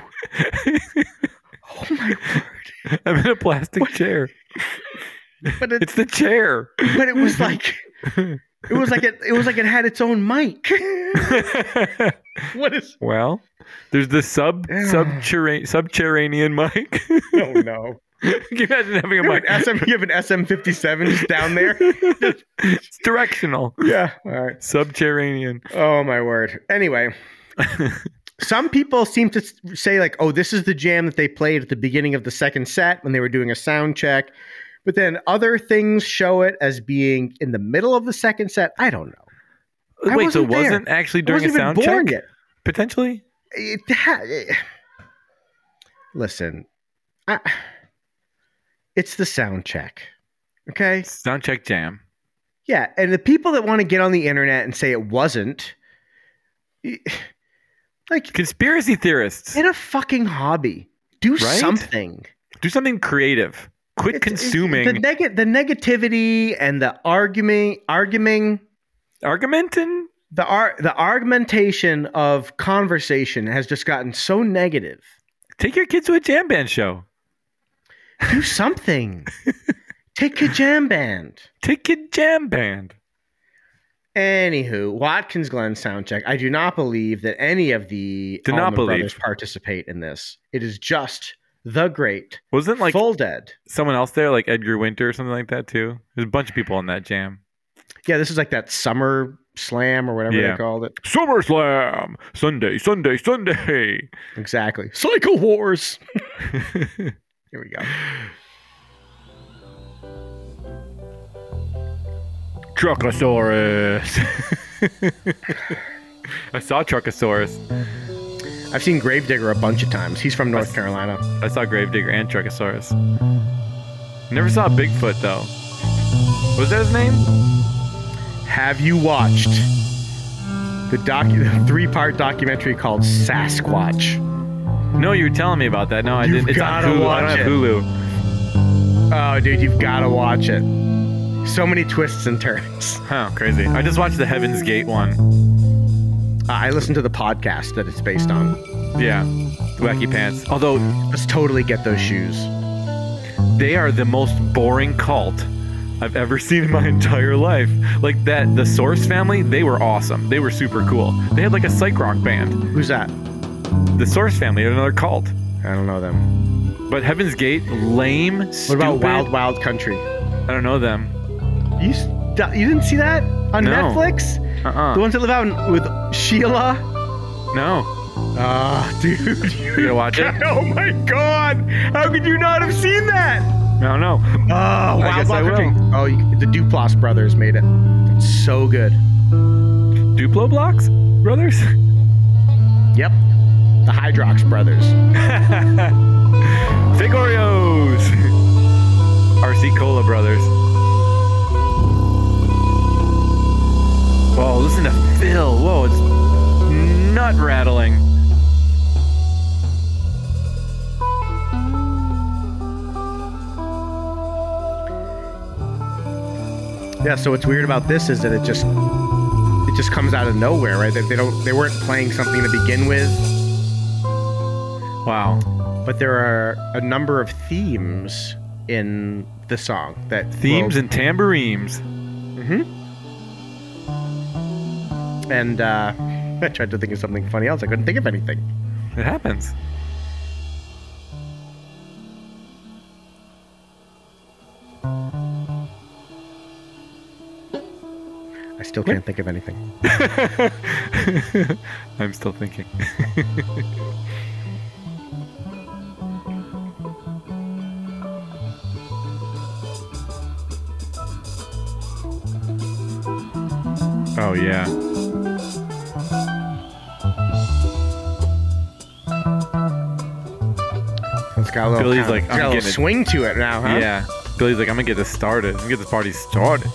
Oh my word! I'm in a plastic chair. But it, It's the chair. but it was like, it was like it, it was like it had its own mic. what is? well, there's the sub subterra- subterranean mic. Oh no! Can you imagine having You a have mic? an SM, you have an SM fifty seven just down there. it's directional. Yeah. All right. Subterranean. Oh my word. Anyway. some people seem to s- say like oh this is the jam that they played at the beginning of the second set when they were doing a sound check but then other things show it as being in the middle of the second set i don't know I Wait, so it wasn't there. wasn't actually I during wasn't a sound even born check? yet Potentially? It ha- eh. listen I, it's the sound check okay Sound check jam. yeah and the people that want to get on the internet and say it wasn't eh, like Conspiracy theorists. get a fucking hobby do Right? something Do something creative. Quit It's- it's- consuming. the, neg- the negativity and the arguing arguing Argumentin? the ar- the argumentation of conversation has just gotten so negative Take your kids to a jam band show. do something take a jam band Take your jam band. anywho watkins glen soundcheck i do not believe that any of the Do not Allman believe. brothers participate in this it is just the great Wasn't like full dead someone else there, like Edgar Winter or something like that too? There's a bunch of people on that jam. yeah this is like that summer Slam or whatever Yeah. they called it. SummerSlam Sunday, Sunday, Sunday. Exactly. Cycle Wars. Here we go. Truckosaurus. I saw Truckosaurus. I've seen Gravedigger a bunch of times. He's from North Carolina. I saw Gravedigger and Truckosaurus. Never saw Bigfoot though. Was that his name? Have you watched the docu- the three-part documentary called Sasquatch? No, you were telling me about that. No, I You've didn't. It's on gotta Hulu. I don't watch have it. Hulu. Oh, dude, you've got to watch it. So many twists and turns. Huh, crazy. I just watched the Heaven's Gate one. Uh, I listened to the podcast that it's based on. Yeah. Wacky Pants. Although Let's totally get those shoes. they are the most boring cult I've ever seen in my entire life. Like that the Source family, they were awesome. They were super cool. They had like a psych rock band. Who's that? The Source family had another cult. I don't know them. But Heaven's Gate, lame, What stupid. about Wild Wild Country? I don't know them. You s- d- you didn't see that on No. Netflix? Uh-uh. The ones that live out in- with Sheila. No. Ah, dude. You gonna watch it? Oh my god! How could you not have seen that? I don't know. Oh, Wild guess I Wild Country. will. Oh, you- the Duplass brothers made it. It's so good. Duplo Blocks? Brothers? Yep. The Hydrox brothers. Fake Oreos! RC Cola Brothers. Whoa, listen to Phil. Whoa, it's nut rattling. Yeah. So what's weird about this is that it just it just comes out of nowhere, right? That they don't they weren't playing something to begin with. Wow. but there are a number of themes in the song that Themes and tambourines. and, and uh, I tried to think of something funny else. I couldn't think of anything. It happens. I still can't think of anything. I'm still thinking. oh yeah. It's got a little, Billy's kind of- like, it's I'm got a getting little it. swing to it now, huh? Yeah. Billy's like, I'm gonna get this started. I'm gonna get this party started.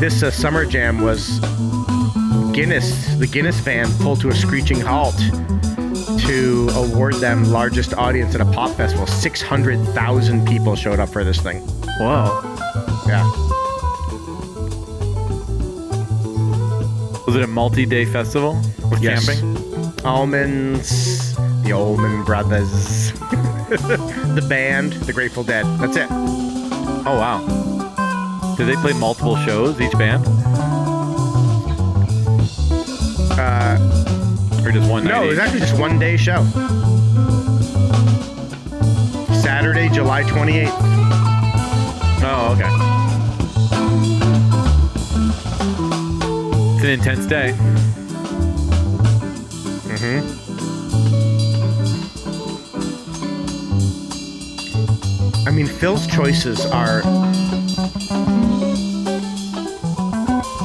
This uh, summer jam was Guinness, the Guinness fan pulled to a screeching halt to award them largest audience at a pop festival. 600,000 people showed up for this thing. Whoa. Yeah. Was it a multi-day festival with Yes. camping? Almonds, the Allman Brothers, the band, the Grateful Dead. That's it. Oh wow. Did they play multiple shows each band, Uh, or just one no, night? it was each? actually just one day show. Saturday, July 28th. Oh, okay. It's an intense day. Mm-hmm. I mean, Phil's choices are.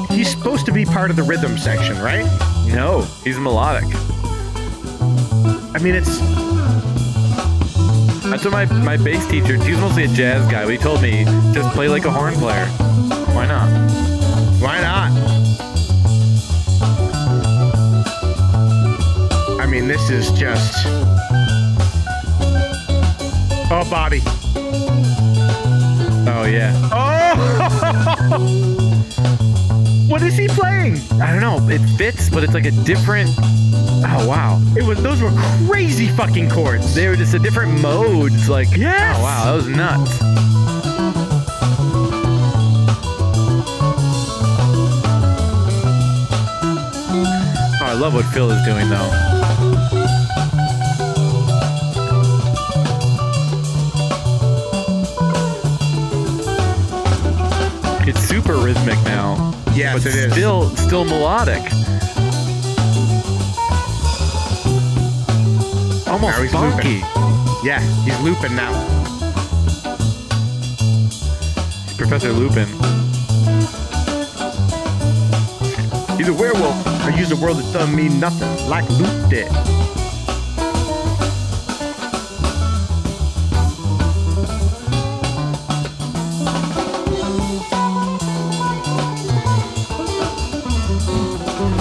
He's supposed to be part of the rhythm section, right? No, he's melodic. I mean, it's That's what my, my bass teacher, he's mostly a jazz guy, but he told me just play like a horn player. Why not? Why not? I mean, this is just. Oh, Bobby. Oh, yeah. Oh! what is he playing? I don't know. It fits, but it's like a different. Oh, wow. It was those were crazy fucking chords. They were just a different mode. It's like, Yes! oh, wow, that was nuts. Oh, I love what Phil is doing, though. It's super rhythmic now, Yes, but it is. still still melodic. Now Almost he's looping. funky. yeah, he's looping now. Professor Lupin. He's a werewolf. I use a word that doesn't mean nothing, like Luke did.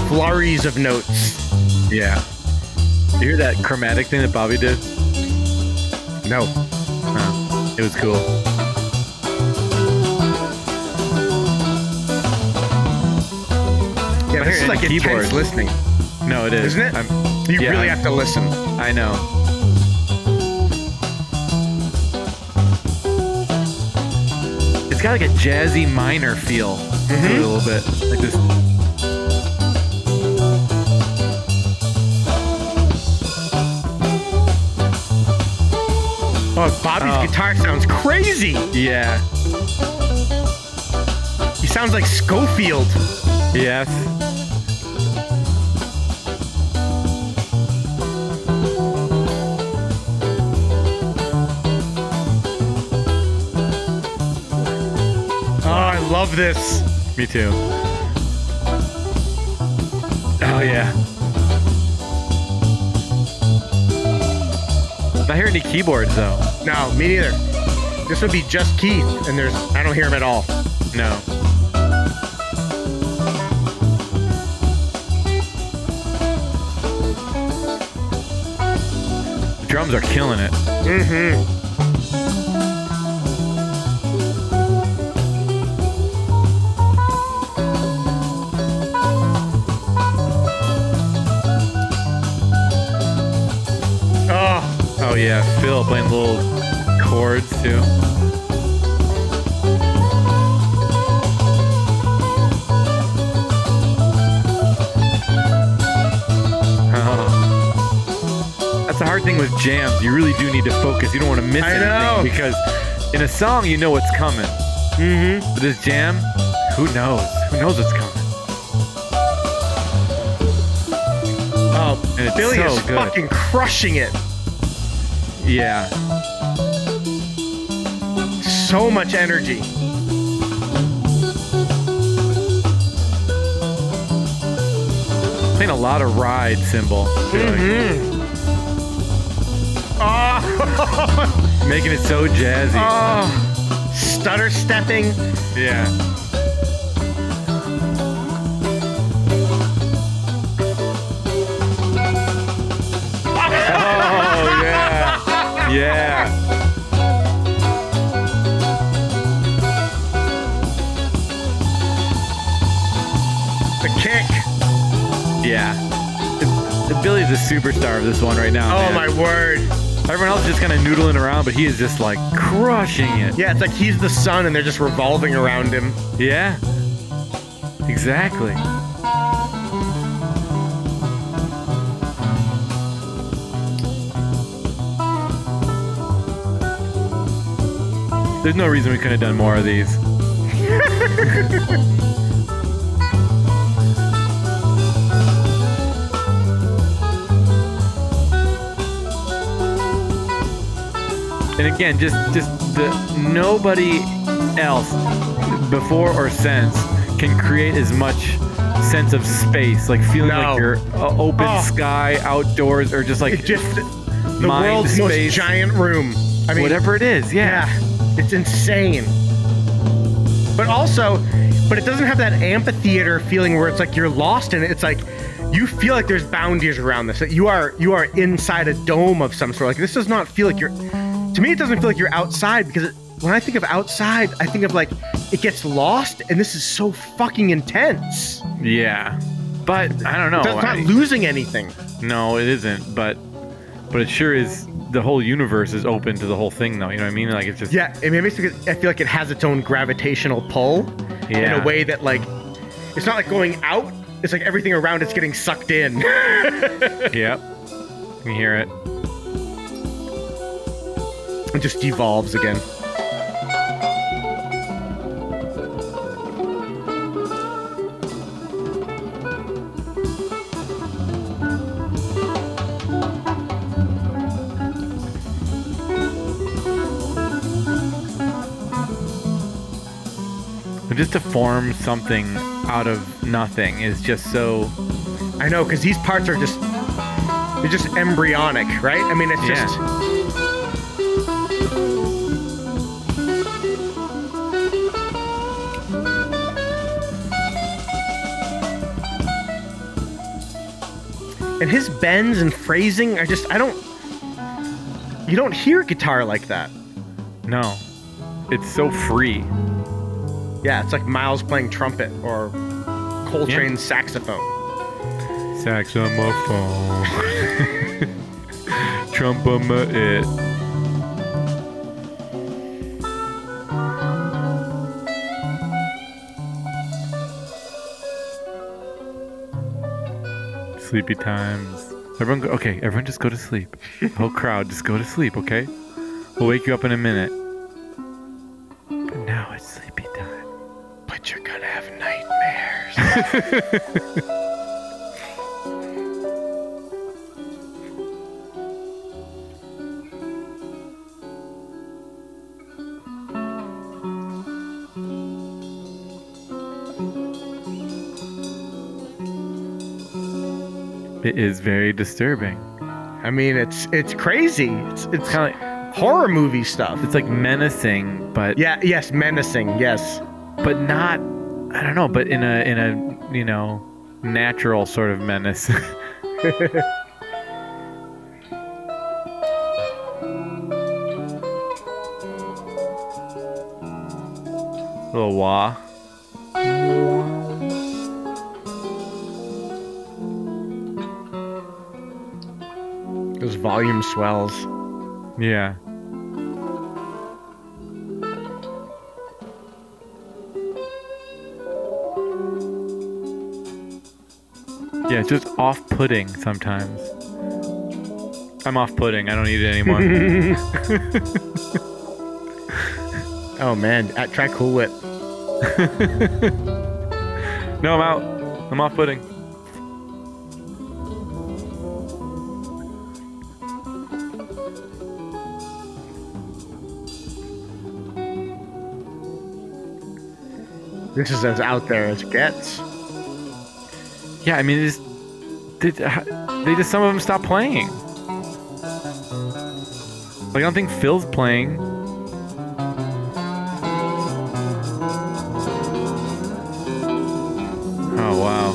Flurries of notes. Yeah. You hear that chromatic thing that Bobby did? No. Huh. It was cool. Yeah, this hearing is like keyboard. intense listening. No, it is. Isn't it? I'm- You Yeah. really have to listen. I know. It's got like a jazzy minor feel to Mm-hmm. it a little bit, like this. Oh, Bobby's Oh. guitar sounds crazy. Yeah. He sounds like Schofield. Yes. Oh, I love this. Me too. Oh yeah. Not hearing any keyboards though. No, me neither. This would be just Keith, and there's I don't hear him at all. No. The drums are killing it. Mm-hmm. Oh, Oh yeah, Phil playing little chords too. Oh. That's the hard thing with jams. You really do need to focus. You don't want to miss I anything know. because in a song you know what's coming. mm-hmm. But this jam, who knows? Who knows what's coming? Oh, And it's Billy so is good. fucking crushing it. Yeah. So much energy. Playing a lot of ride cymbal. I feel like. Mm-hmm. Oh, Making it so jazzy. oh, stutter stepping. Yeah. Oh yeah. Yeah. The kick. Yeah. Billy's a superstar of this one right now. Oh man. my word. Everyone else is just kind of noodling around, but he is just like crushing it. Yeah, it's like he's the sun and they're just revolving around him. Yeah. Exactly. There's no reason we couldn't have done more of these. and again, just just the nobody else before or since can create as much sense of space, like feeling No. like you're uh, open Oh. sky, outdoors, or just like It just the Mind world's space. most giant room. I mean, whatever it is. Yeah. yeah, it's insane. But also, but it doesn't have that amphitheater feeling where it's like you're lost in it. It's like you feel like there's boundaries around this. That you are you are inside a dome of some sort. Like this does not feel like you're. To me, it doesn't feel like you're outside because it, when I think of outside, I think of like it gets lost, and this is so fucking intense. Yeah. But I don't know. That's not Oh, I- losing anything. no, it isn't. But but it sure is. The whole universe is open to the whole thing, though. You know what I mean? Like it's just Yeah, it makes me, I feel like it has its own gravitational pull in Yeah. a way that like it's not like going out. It's like everything around it's getting sucked in. Yep. You can hear it. it just devolves again. So just to form something out of nothing is just so I know because these parts are just they're just embryonic, right? I mean, it's Yeah. just and his bends and phrasing are just I don't you don't hear guitar like that. no. It's so free. Yeah, it's like Miles playing trumpet or Coltrane saxophone. Saxophone. Trump it. Sleepy times. Everyone go, okay, everyone just go to sleep. The whole crowd just go to sleep, okay? We'll wake you up in a minute. But now it's sleepy time. But you're gonna have nightmares. It is very disturbing. I mean, it's it's crazy. It's it's It's kind of like horror movie stuff. it's like menacing, but Yeah. Yes. Menacing. Yes. but not I don't know, but in a in a you know natural sort of menace. Little wah. Those volume swells. Yeah. Yeah, it's just off putting sometimes. I'm off putting. I don't need it anymore. Oh man, at try Cool Whip. no, I'm out. I'm off putting. This is as out there as it gets. Yeah, I mean, it just they, they just some of them stop playing. Like I don't think Phil's playing. Oh wow.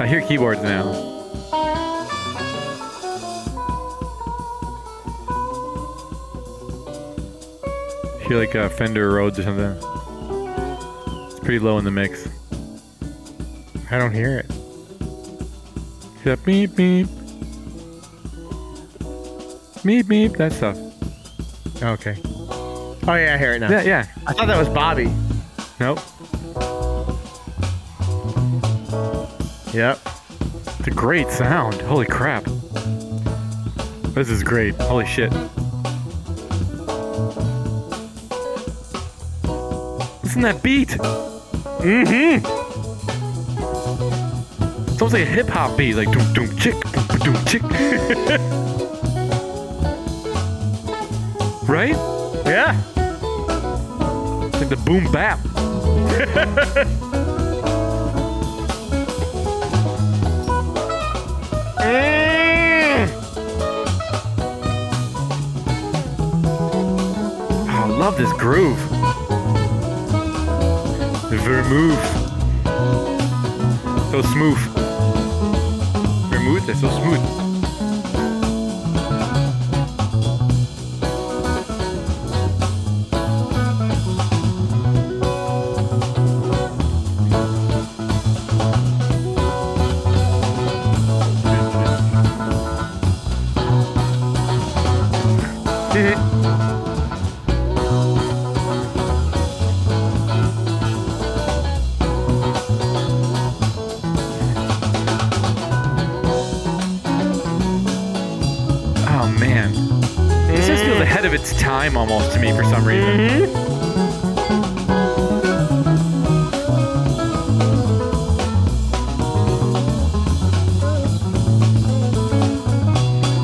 I hear keyboards now. I hear like uh, Fender Rhodes or something. It's pretty low in the mix. I don't hear it. Yeah, beep beep. Beep beep, that stuff. Okay. Oh yeah, I hear it now. Yeah, yeah. I thought that was Bobby. Nope. Yep. It's a great sound. Holy crap. This is great. Holy shit. Listen to that beat. It's Mm-hmm. almost like a hip hop beat, like doom doom chick, doom doom chick. right? Yeah. Like the boom bap. Mm. Oh, I love this groove. The vermouth. So smooth. Vermouth is so smooth. Oh man. This just Mm. feels ahead of its time almost to me for some reason. Mm-hmm.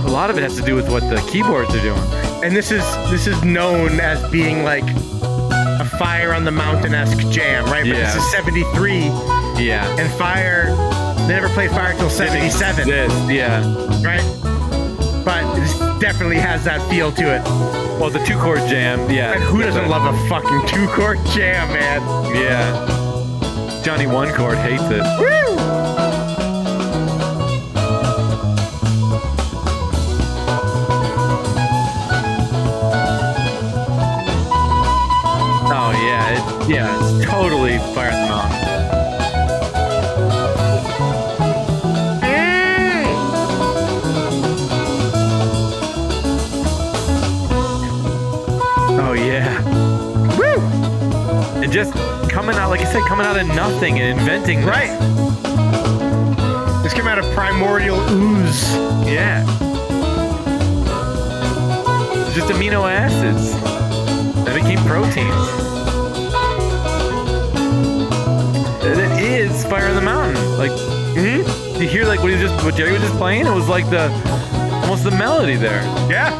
lot of it has to do with what the keyboards are doing. And this is this is known as being like a fire on the mountain esque jam, right? But this Yeah. is '73, Yeah. and fire they never played fire till '77, This, yeah. right? But it definitely has that feel to it. Well, the two chord jam. Yeah. And who doesn't love a fucking two chord jam, man? Yeah. Johnny One Chord hates it. Woo! Oh yeah, it, yeah, it's totally Fire at the Mountain. Mm. Oh yeah, Woo! and just coming out like you said, coming out of nothing and inventing. this. Right. This came out of primordial ooze. Yeah. Just amino acids that became proteins. That is Fire on the Mountain. Like, you hear like what he just what Jerry was just playing. It was like the almost the melody there. Yeah.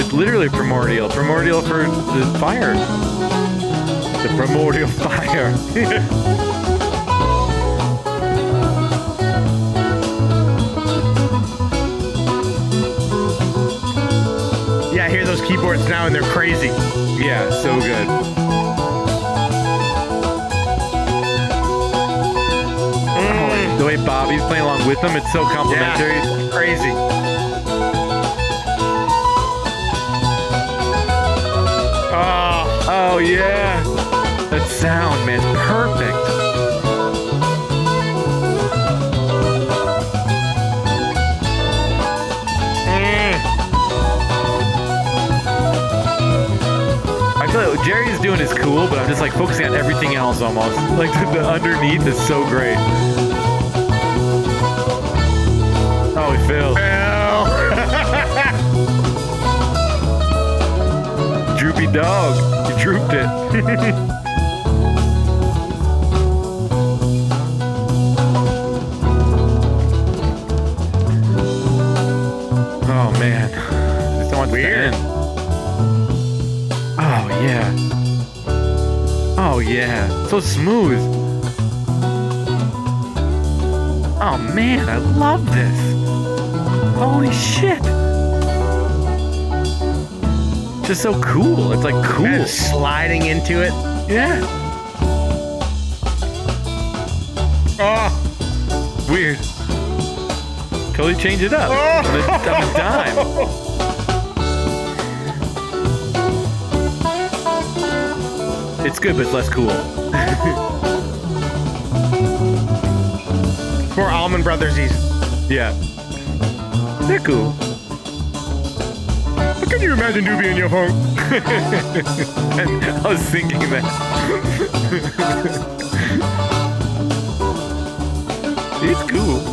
It's literally primordial. Primordial for the fire. The primordial fire. Yeah, I hear those keyboards now and they're crazy. yeah, so good. Mm. The way Bobby's playing along with them, it's so complimentary. Yeah, crazy. Oh, Oh yeah, that sound, man, it's perfect. Eh. mm. I feel like what Jerry's doing is cool, but I'm just like focusing on everything else almost. Like the, the underneath is so great. Oh, he failed. Well. Droopy dog. He drooped it. oh man. Just don't want this to Weird. end. Oh yeah. Oh yeah. So smooth. Oh man, I love this. Holy shit. Just so cool. It's like cool. Man, sliding into it. Yeah. Oh, Weird. Totally change it up. On a, on a dime. It's good, but it's less cool. More Almond Brothersies. Yeah. They're cool. Can you imagine Doobie in your phone? And I was thinking that. it's cool.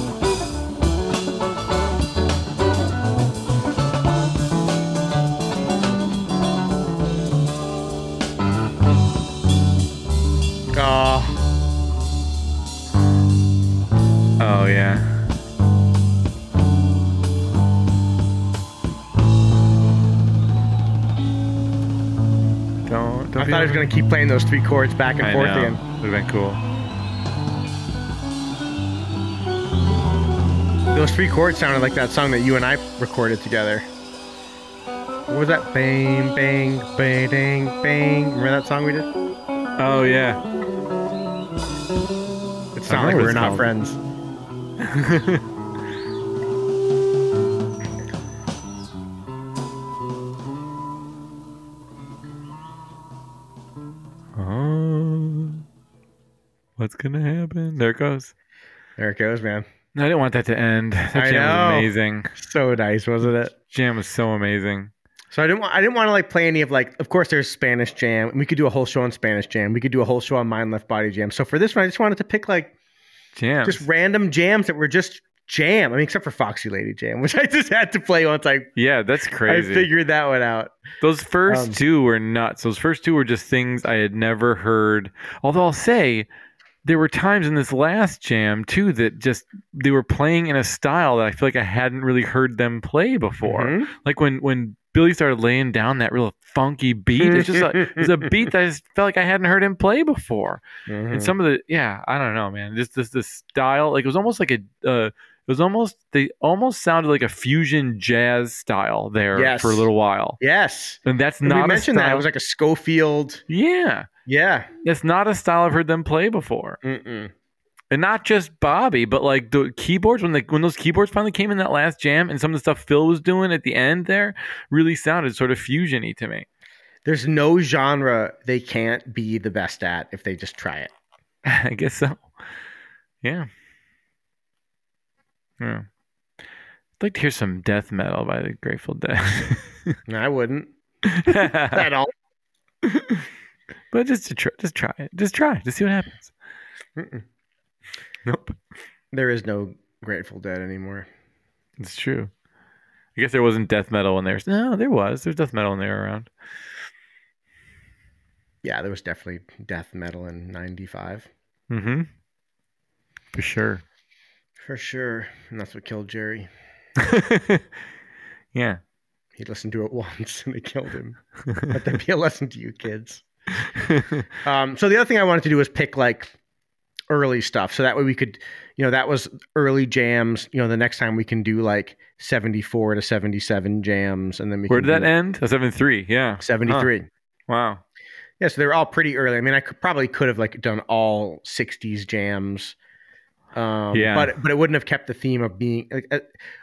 Oh, Oh yeah. Don't, don't I thought he was gonna keep playing those three chords back and forth again. Would have been cool. Those three chords sounded like that song that you and I recorded together. What was that? Bang, bang, bang, bang, bang. Remember that song we did? Oh yeah. It's I not like we remember what were it's not called. friends. Oh. What's gonna happen? There it goes. There it goes, man. No, I didn't want that to end. That I jam know. was amazing. So nice, wasn't it? Jam was so amazing. So I didn't. Wa- I didn't want to like play any of like. Of course, there's Spanish Jam. and We could do a whole show on Spanish Jam. We could do a whole show on Mind Left Body Jam. So for this one, I just wanted to pick like Jam. just random jams that were just jam. I mean, except for Foxy Lady Jam, which I just had to play once I yeah, that's crazy. I figured that one out. Those first Um, two were nuts. Those first two were just things I had never heard. Although I'll say there were times in this last jam too that just they were playing in a style that I feel like I hadn't really heard them play before. Mhm. Like when when Billy started laying down that real funky beat, it's just like it's a beat that I just felt like I hadn't heard him play before. Hmm. And some of the yeah, I don't know, man. Just this the style, like it was almost like a uh, it was almost they almost sounded like a fusion jazz style there Yes. for a little while. yes. And that's And not we mentioned a style. that. It was like a Schofield. yeah, Yeah. that's not a style I've heard them play before. Mm-mm. and not just Bobby, but like the keyboards when the when those keyboards finally came in that last jam, and some of the stuff Phil was doing at the end there really sounded sort of fusiony to me. There's no genre they can't be the best at if they just try it. I guess so. Yeah. Yeah. I'd like to hear some death metal by the Grateful And I wouldn't Dead, at all. but just to try, just try it, just try, just see what happens. Mm-mm. Nope, There is no Grateful Dead anymore. it's true. I guess there wasn't death metal when they were. No, there was. There's death metal when they were around. Yeah, there was definitely death metal in '95 Mm-hmm. For sure. for sure, and that's what killed Jerry. yeah. He listened to it once and it killed him. Let that be a lesson to you kids. Um, so the other thing I wanted to do was pick like early stuff, so that way we could, you know, that was early jams. You know, the next time we can do like '74 to '77 jams, and then we Where can did that do end? Oh, 73. Yeah. '73. Wow. Yeah, so they were all pretty early. I mean, I could, probably could have like done all '60s jams, um, Yeah. But but it wouldn't have kept the theme of being. Like, a,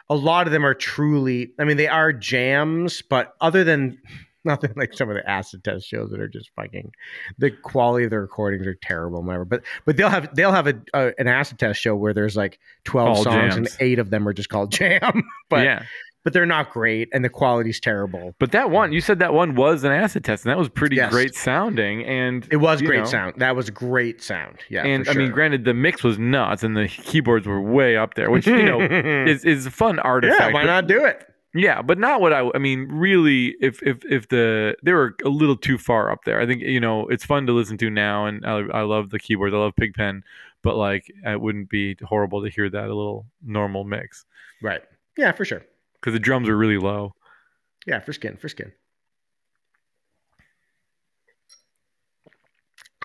a lot of them are truly. I mean, they are jams, but other than nothing like some of the acid test shows that are just fucking. The quality of the recordings are terrible, and whatever. But but they'll have they'll have a, a an acid test show where there's like twelve All songs jams. and eight of them are just called jam. but yeah. but they're not great, and the quality's terrible. But that one, you said that one was an acid test, and that was pretty Yes. great sounding. And It was You great know. sound. That was great sound. Yeah, and for I mean, sure. granted, the mix was nuts, and the keyboards were way up there, which you know is is a fun artifact. Yeah, why but- not do it? Yeah, but not what I. I mean, really, if if if the they were a little too far up there. I think you know it's fun to listen to now, and I, I love the keyboards. I love Pigpen, but like it wouldn't be horrible to hear that a little normal mix Right. Yeah, for sure. because the drums are really low. Yeah, for skin, for skin.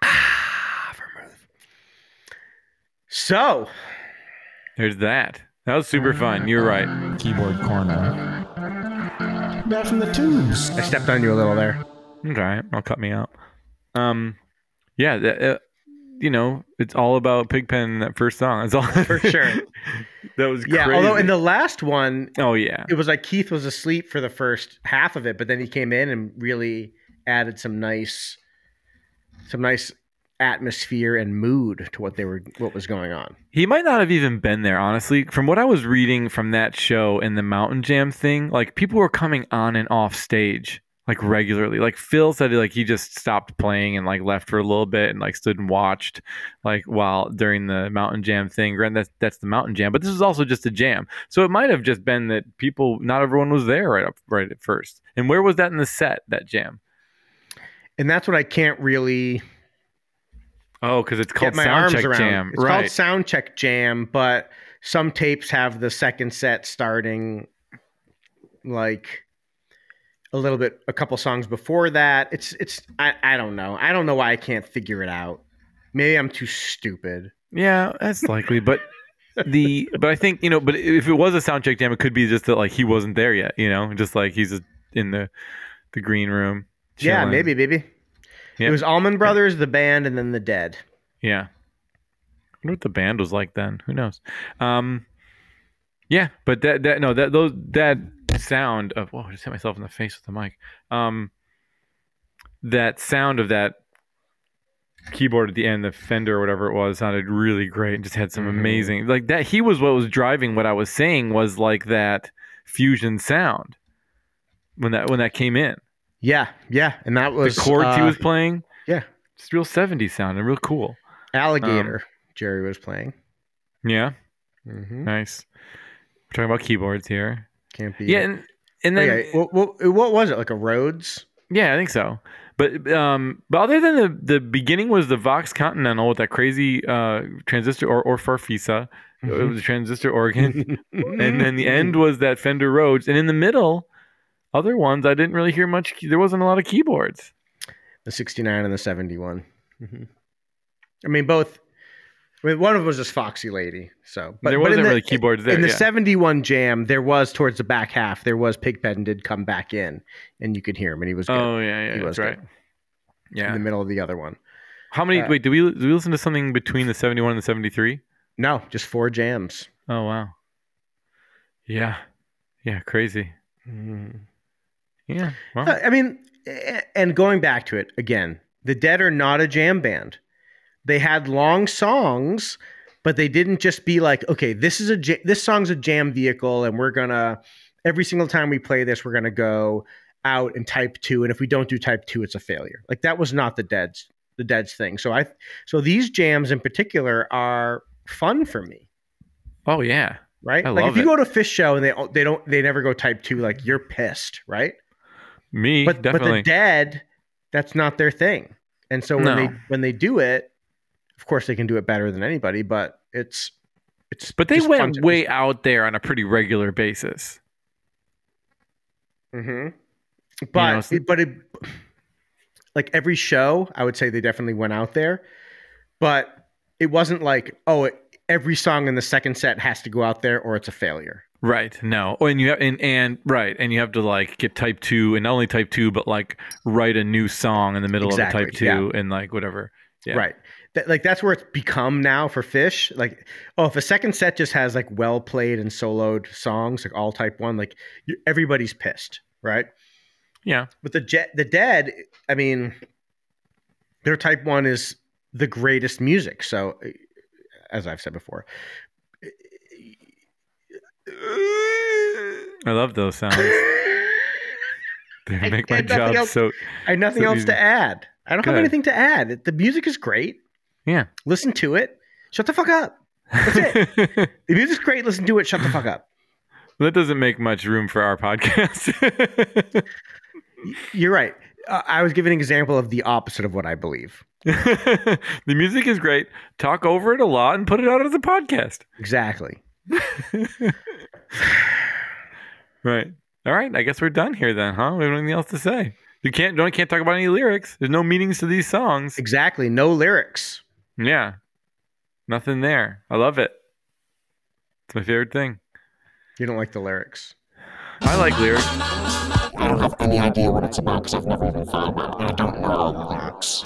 Ah, vermouth. So, There's that. That was super fun. You're right. Keyboard corner. Back from the tubes. I stepped on you a little there. Okay, I'll cut me out. Um, yeah, that, uh, you know, it's all about Pigpen in that first song. It's all For sure. that was Yeah, crazy. although in the last one, oh yeah, it was like Keith was asleep for the first half of it, but then he came in and really added some nice some nice atmosphere and mood to what they were what was going on. He might not have even been there, honestly. From what I was reading from that show and the Mountain Jam thing, like people were coming on and off stage like regularly. Like Phil said, like he just stopped playing and like left for a little bit and like stood and watched like while during the Mountain Jam thing. Granted, that's that's the Mountain Jam, but this is also just a jam, so it might have just been that people, not everyone was there right up right at first. And where was that in the set that jam? And that's what I can't really Oh, because it's called get my arms Soundcheck around. Jam, It's right? called sound check jam, but some tapes have the second set starting like a little bit a couple songs before that. It's it's I, I don't know. I don't know why I can't figure it out. Maybe I'm too stupid. Yeah, that's likely, but the but I think you know, but if it was a sound check jam, it could be just that like he wasn't there yet, you know, just like he's just in the the green room. Yeah, chilling. maybe, baby. Yeah. It was Allman Brothers, the band, and then the Dead. Yeah. I wonder what the band was like then. Who knows? Um, yeah, but that that no that those that sound of whoa, I just hit myself in the face with the mic. Um, that sound of that keyboard at the end, the Fender or whatever it was, sounded really great and just had some Mhm. amazing like that. He was what was driving what I was saying was like that fusion sound when that when that came in. Yeah, yeah, and that was the chords he uh, was playing, yeah. it's real '70s sound and real cool. Alligator. Um. Jerry was playing. Yeah. hmm Nice. We're talking about keyboards here. Can't be. Oh, Yeah, and, and then okay. What, what, what was it like a Rhodes? yeah, I think so. But um, but other than the the beginning was the Vox Continental with that crazy uh, transistor or or Farfisa, it Mm-hmm. was a transistor organ, and then the end was that Fender Rhodes, and in the middle, other ones I didn't really hear much. There wasn't a lot of keyboards. the 69 and the 71. I mean, both. I mean, one of them was just Foxy Lady. So, there in wasn't the- really keyboards there. in the yeah. 71 jam, there was towards the back half, there was Pigpen did come back in and you could hear him and he was good oh yeah, yeah, He was that's right. in Yeah. the middle of the other one. How many? uh, wait, do we do we listen to something between the seventy one and the seventy three? No, just four jams. Oh wow. Yeah. Yeah. Crazy. Mm. Yeah. Well. Uh, I mean, a- and going back to it again, the Dead are not a jam band. They had long songs, but they didn't just be like, okay, this is a ja- this song's a jam vehicle, and we're gonna every single time we play this, we're gonna go out and type two, and if we don't do type two, it's a failure. Like that was not the Dead's the Dead's thing. So I so these jams in particular are fun for me oh yeah. right? I like love if you it. go to a fish show and they they don't they never go type two, like you're pissed, right? Me But but definitely. the dead, that's not their thing. And so when No. they when they do it, of course they can do it better than anybody, but it's it's but they just fun went to- way out there on a pretty regular basis. Mhm. But know, it- but it like every show, I would say they definitely went out there, but it wasn't like oh it, every song in the second set has to go out there or it's a failure. Right. No. Oh, and you have and, and right, and you have to like get type two, and not only type two, but like write a new song in the middle Exactly, of type two, and like whatever. Yeah. Right. That, like that's where it's become now for Fish. Like, oh, if a second set just has like well played and soloed songs, like all type one, like you, everybody's pissed, right? Yeah. But the jet, the dead, I mean, their type one is the greatest music. So, eh, as I've said before, I love those sounds. They I make my did nothing job else. so. I have nothing So else easy. to add. I don't have Good. anything to add. The music is great. Yeah. Listen to it. Shut the fuck up. The music's great. Listen to it. Shut the fuck up. that doesn't make much room for our podcast. You're right. Uh, I was giving an example of the opposite of what I believe. the music is great. Talk over it a lot and put it out as a podcast. Exactly. Right. All right. I guess we're done here then, huh? We have anything else to say. You can't. No one can't talk about any lyrics. There's no meanings to these songs. Exactly. No lyrics. Yeah. Nothing there. I love it. It's my favorite thing. You don't like the lyrics. I like lyrics. I don't have any idea what it's about because I've never even thought about it. and I don't know all the lyrics.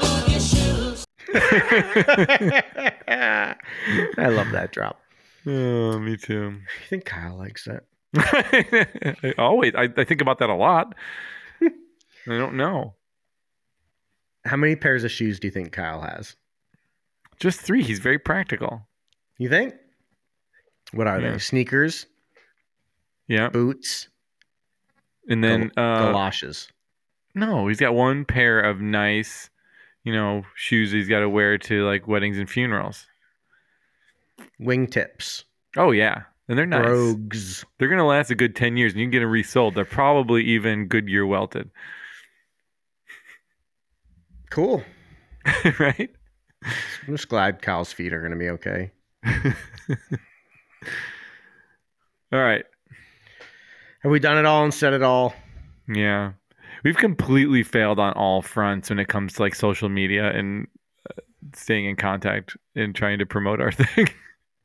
I love that drop. Oh, me too. You think Kyle likes that? I always. I, I think about that a lot. I don't know. How many pairs of shoes do you think Kyle has? Just three. He's very practical. You think? What are Yeah. they? Sneakers, Yeah. boots, And then uh, galoshes. no, he's got one pair of nice, you know, shoes he's got to wear to like weddings and funerals. Wingtips, Oh yeah, and they're nice. brogues. They're gonna last a good ten years, and you can get them resold. They're probably even Goodyear welted, Cool. right? I'm just glad Kyle's feet are going to be okay. All right. Have we done it all and said it all? Yeah. We've completely failed on all fronts when it comes to like social media and uh, staying in contact and trying to promote our thing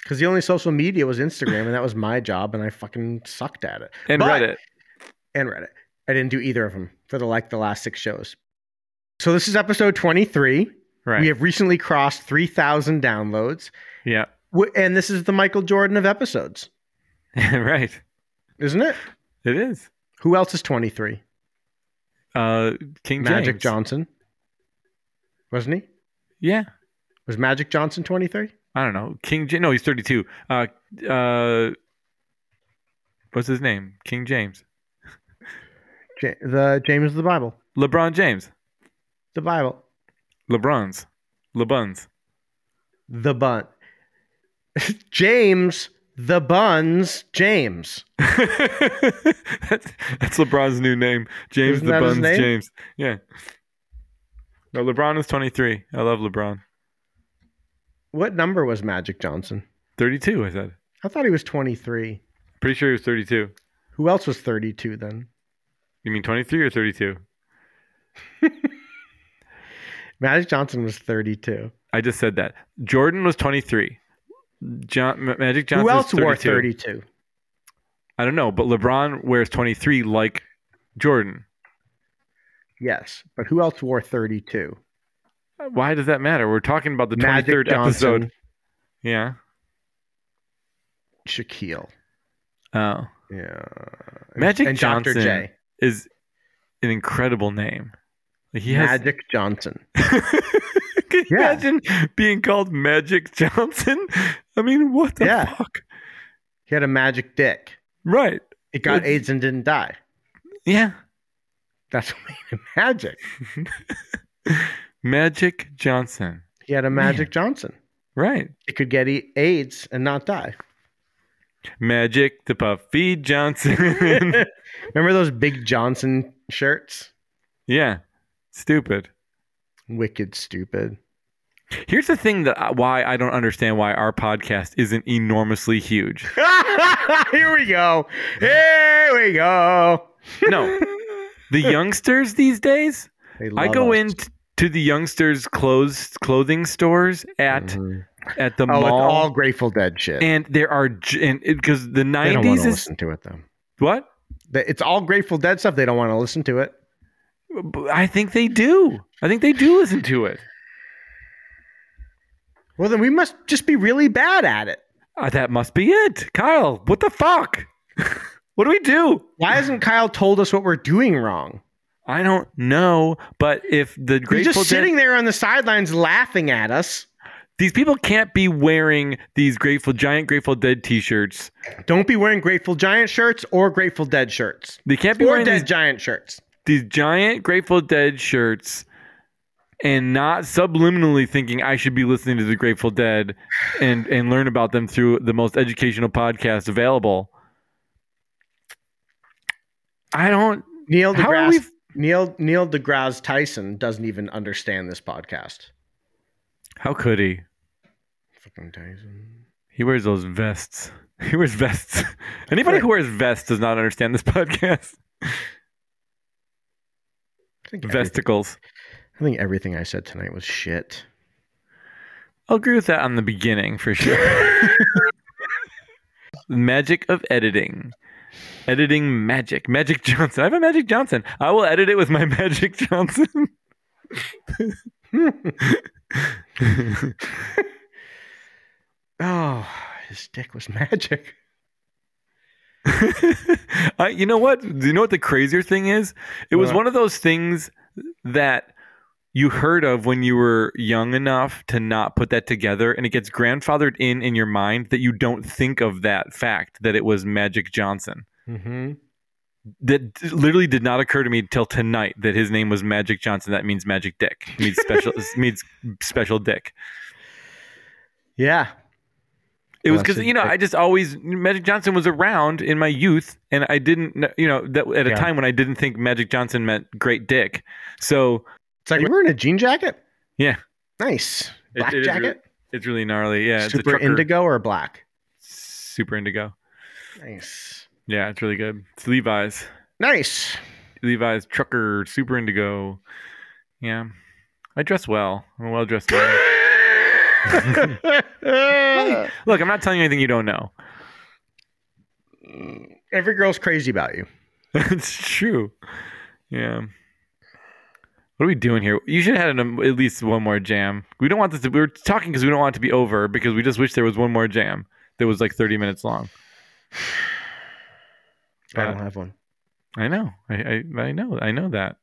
Because the only social media was Instagram, and that was my job, and I fucking sucked at it. and But- Reddit. And Reddit. I didn't do either of them for the like the last six shows. So this is episode 23. Right. We have recently crossed 3,000 downloads, yeah. W- and this is the Michael Jordan of episodes, right. isn't it? It is. Who else is 23? Uh, King Magic James. Johnson, wasn't he? Yeah. Was Magic Johnson 23? I don't know. King James. No, he's 32. Uh, uh, what's his name? King James. Ja- the James of the Bible, LeBron James. the Bible, LeBron's. LeBuns. the bun, James, the buns, James. that's, that's LeBron's new name. James Isn't the that his Buns name? James. Yeah. No, LeBron is 23. I love LeBron. What number was Magic Johnson? 32, I said. I thought he was 23. Pretty sure he was 32. Who else was 32 then? You mean 23 or 32? Magic Johnson was 32. I just said that. Jordan was 23. John, Ma- Magic Johnson Who else was 32. wore 32? I don't know, but LeBron wears 23 like Jordan. Yes, but who else wore 32? Why does that matter? We're talking about the 23rd episode. Yeah. Shaquille. Oh. Yeah. Magic and Johnson Dr. J. is an incredible name. Like, He has Magic Johnson. Can you Yeah. imagine being called Magic Johnson? I mean, what the Yeah. fuck? He had a magic dick. Right. It got Good. AIDS and didn't die. Yeah. That's what made him magic. Magic Johnson. He had a magic Johnson. Right. It could get e- AIDS and not die. Magic the Puffy Johnson. Remember those big Johnson shirts? yeah. Stupid. Wicked stupid. Here's the thing that I, why I don't understand why our podcast isn't enormously huge. Here we go. Here we go. No. the youngsters these days, They Oh. I love go us. in t- to the youngsters clothes clothing stores at Mhm. at the oh, it's mall all Grateful Dead shit. and there are j- and because the they don't want 90s to is listen to it though. what? They- It's all Grateful Dead stuff. They don't want to listen to it. B- I think they do. I think they do listen to it. Well, then we must just be really bad at it. Uh, that must be it. Kyle, what the fuck? what do we do? Why hasn't Kyle told us what we're doing wrong? I don't know, but if the He's Grateful just Dead, sitting there on the sidelines laughing at us. these people can't be wearing these Grateful Giant Grateful Dead t-shirts. Don't be wearing Grateful Giant shirts or Grateful Dead shirts They can't be or wearing Dead these, Giant shirts. these giant Grateful Dead shirts and not subliminally thinking I should be listening to the Grateful Dead and and learn about them through the most educational podcast available. I don't Neil How are deGrasse we- Neil Neil deGrasse Tyson doesn't even understand this podcast. How could he? Fucking Tyson. He wears those vests. He wears vests. Anybody who wears vests does not understand this podcast. I think, everything, Vesticles. I think everything I said tonight was shit. I'll agree with that on the beginning for sure. magic of editing. Editing magic. Magic Johnson. I have a Magic Johnson. I will edit it with my Magic Johnson. Oh, his dick was magic. I, you know what? Do you know what the crazier thing is? It was What? one of those things that you heard of when you were young enough to not put that together, and it gets grandfathered in in your mind that you don't think of that fact that it was Magic Johnson. Mm-hmm. That d- literally did not occur to me till tonight that his name was Magic Johnson. That means Magic Dick. It means special. it means special Dick. Yeah. It was because Blessed you know Dick. I just always Magic Johnson was around in my youth, and I didn't kn- you know that at a Yeah. time when I didn't think Magic Johnson meant great dick. So It's like you were in a jean jacket? Yeah. Nice. It- Black it is jacket? really- it's really gnarly. Yeah, it's Super a trucker- indigo or black? Super indigo. Nice. Yeah, it's really good. It's Levi's. Nice. Levi's trucker super indigo. Yeah, I dress well. I'm a well dressed man. Look, I'm not telling you anything you don't know. Every girl's crazy about you. it's true. Yeah. What are we doing here? You should have had an, um, at least one more jam. We don't want this. To, we were talking because we don't want it to be over because we just wish there was one more jam that was like 30 minutes long. I Uh, don't have one. I know. I, I, I know. I know that.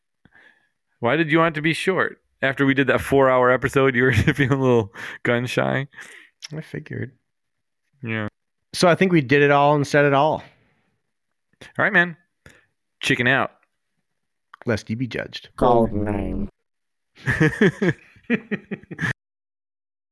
Why did you want it to be short? After we did that four hour episode, you were feeling a little gun shy. I figured. Yeah. So I think we did it all and said it all. All right, man. Chicken out. Lest you be judged. Code name.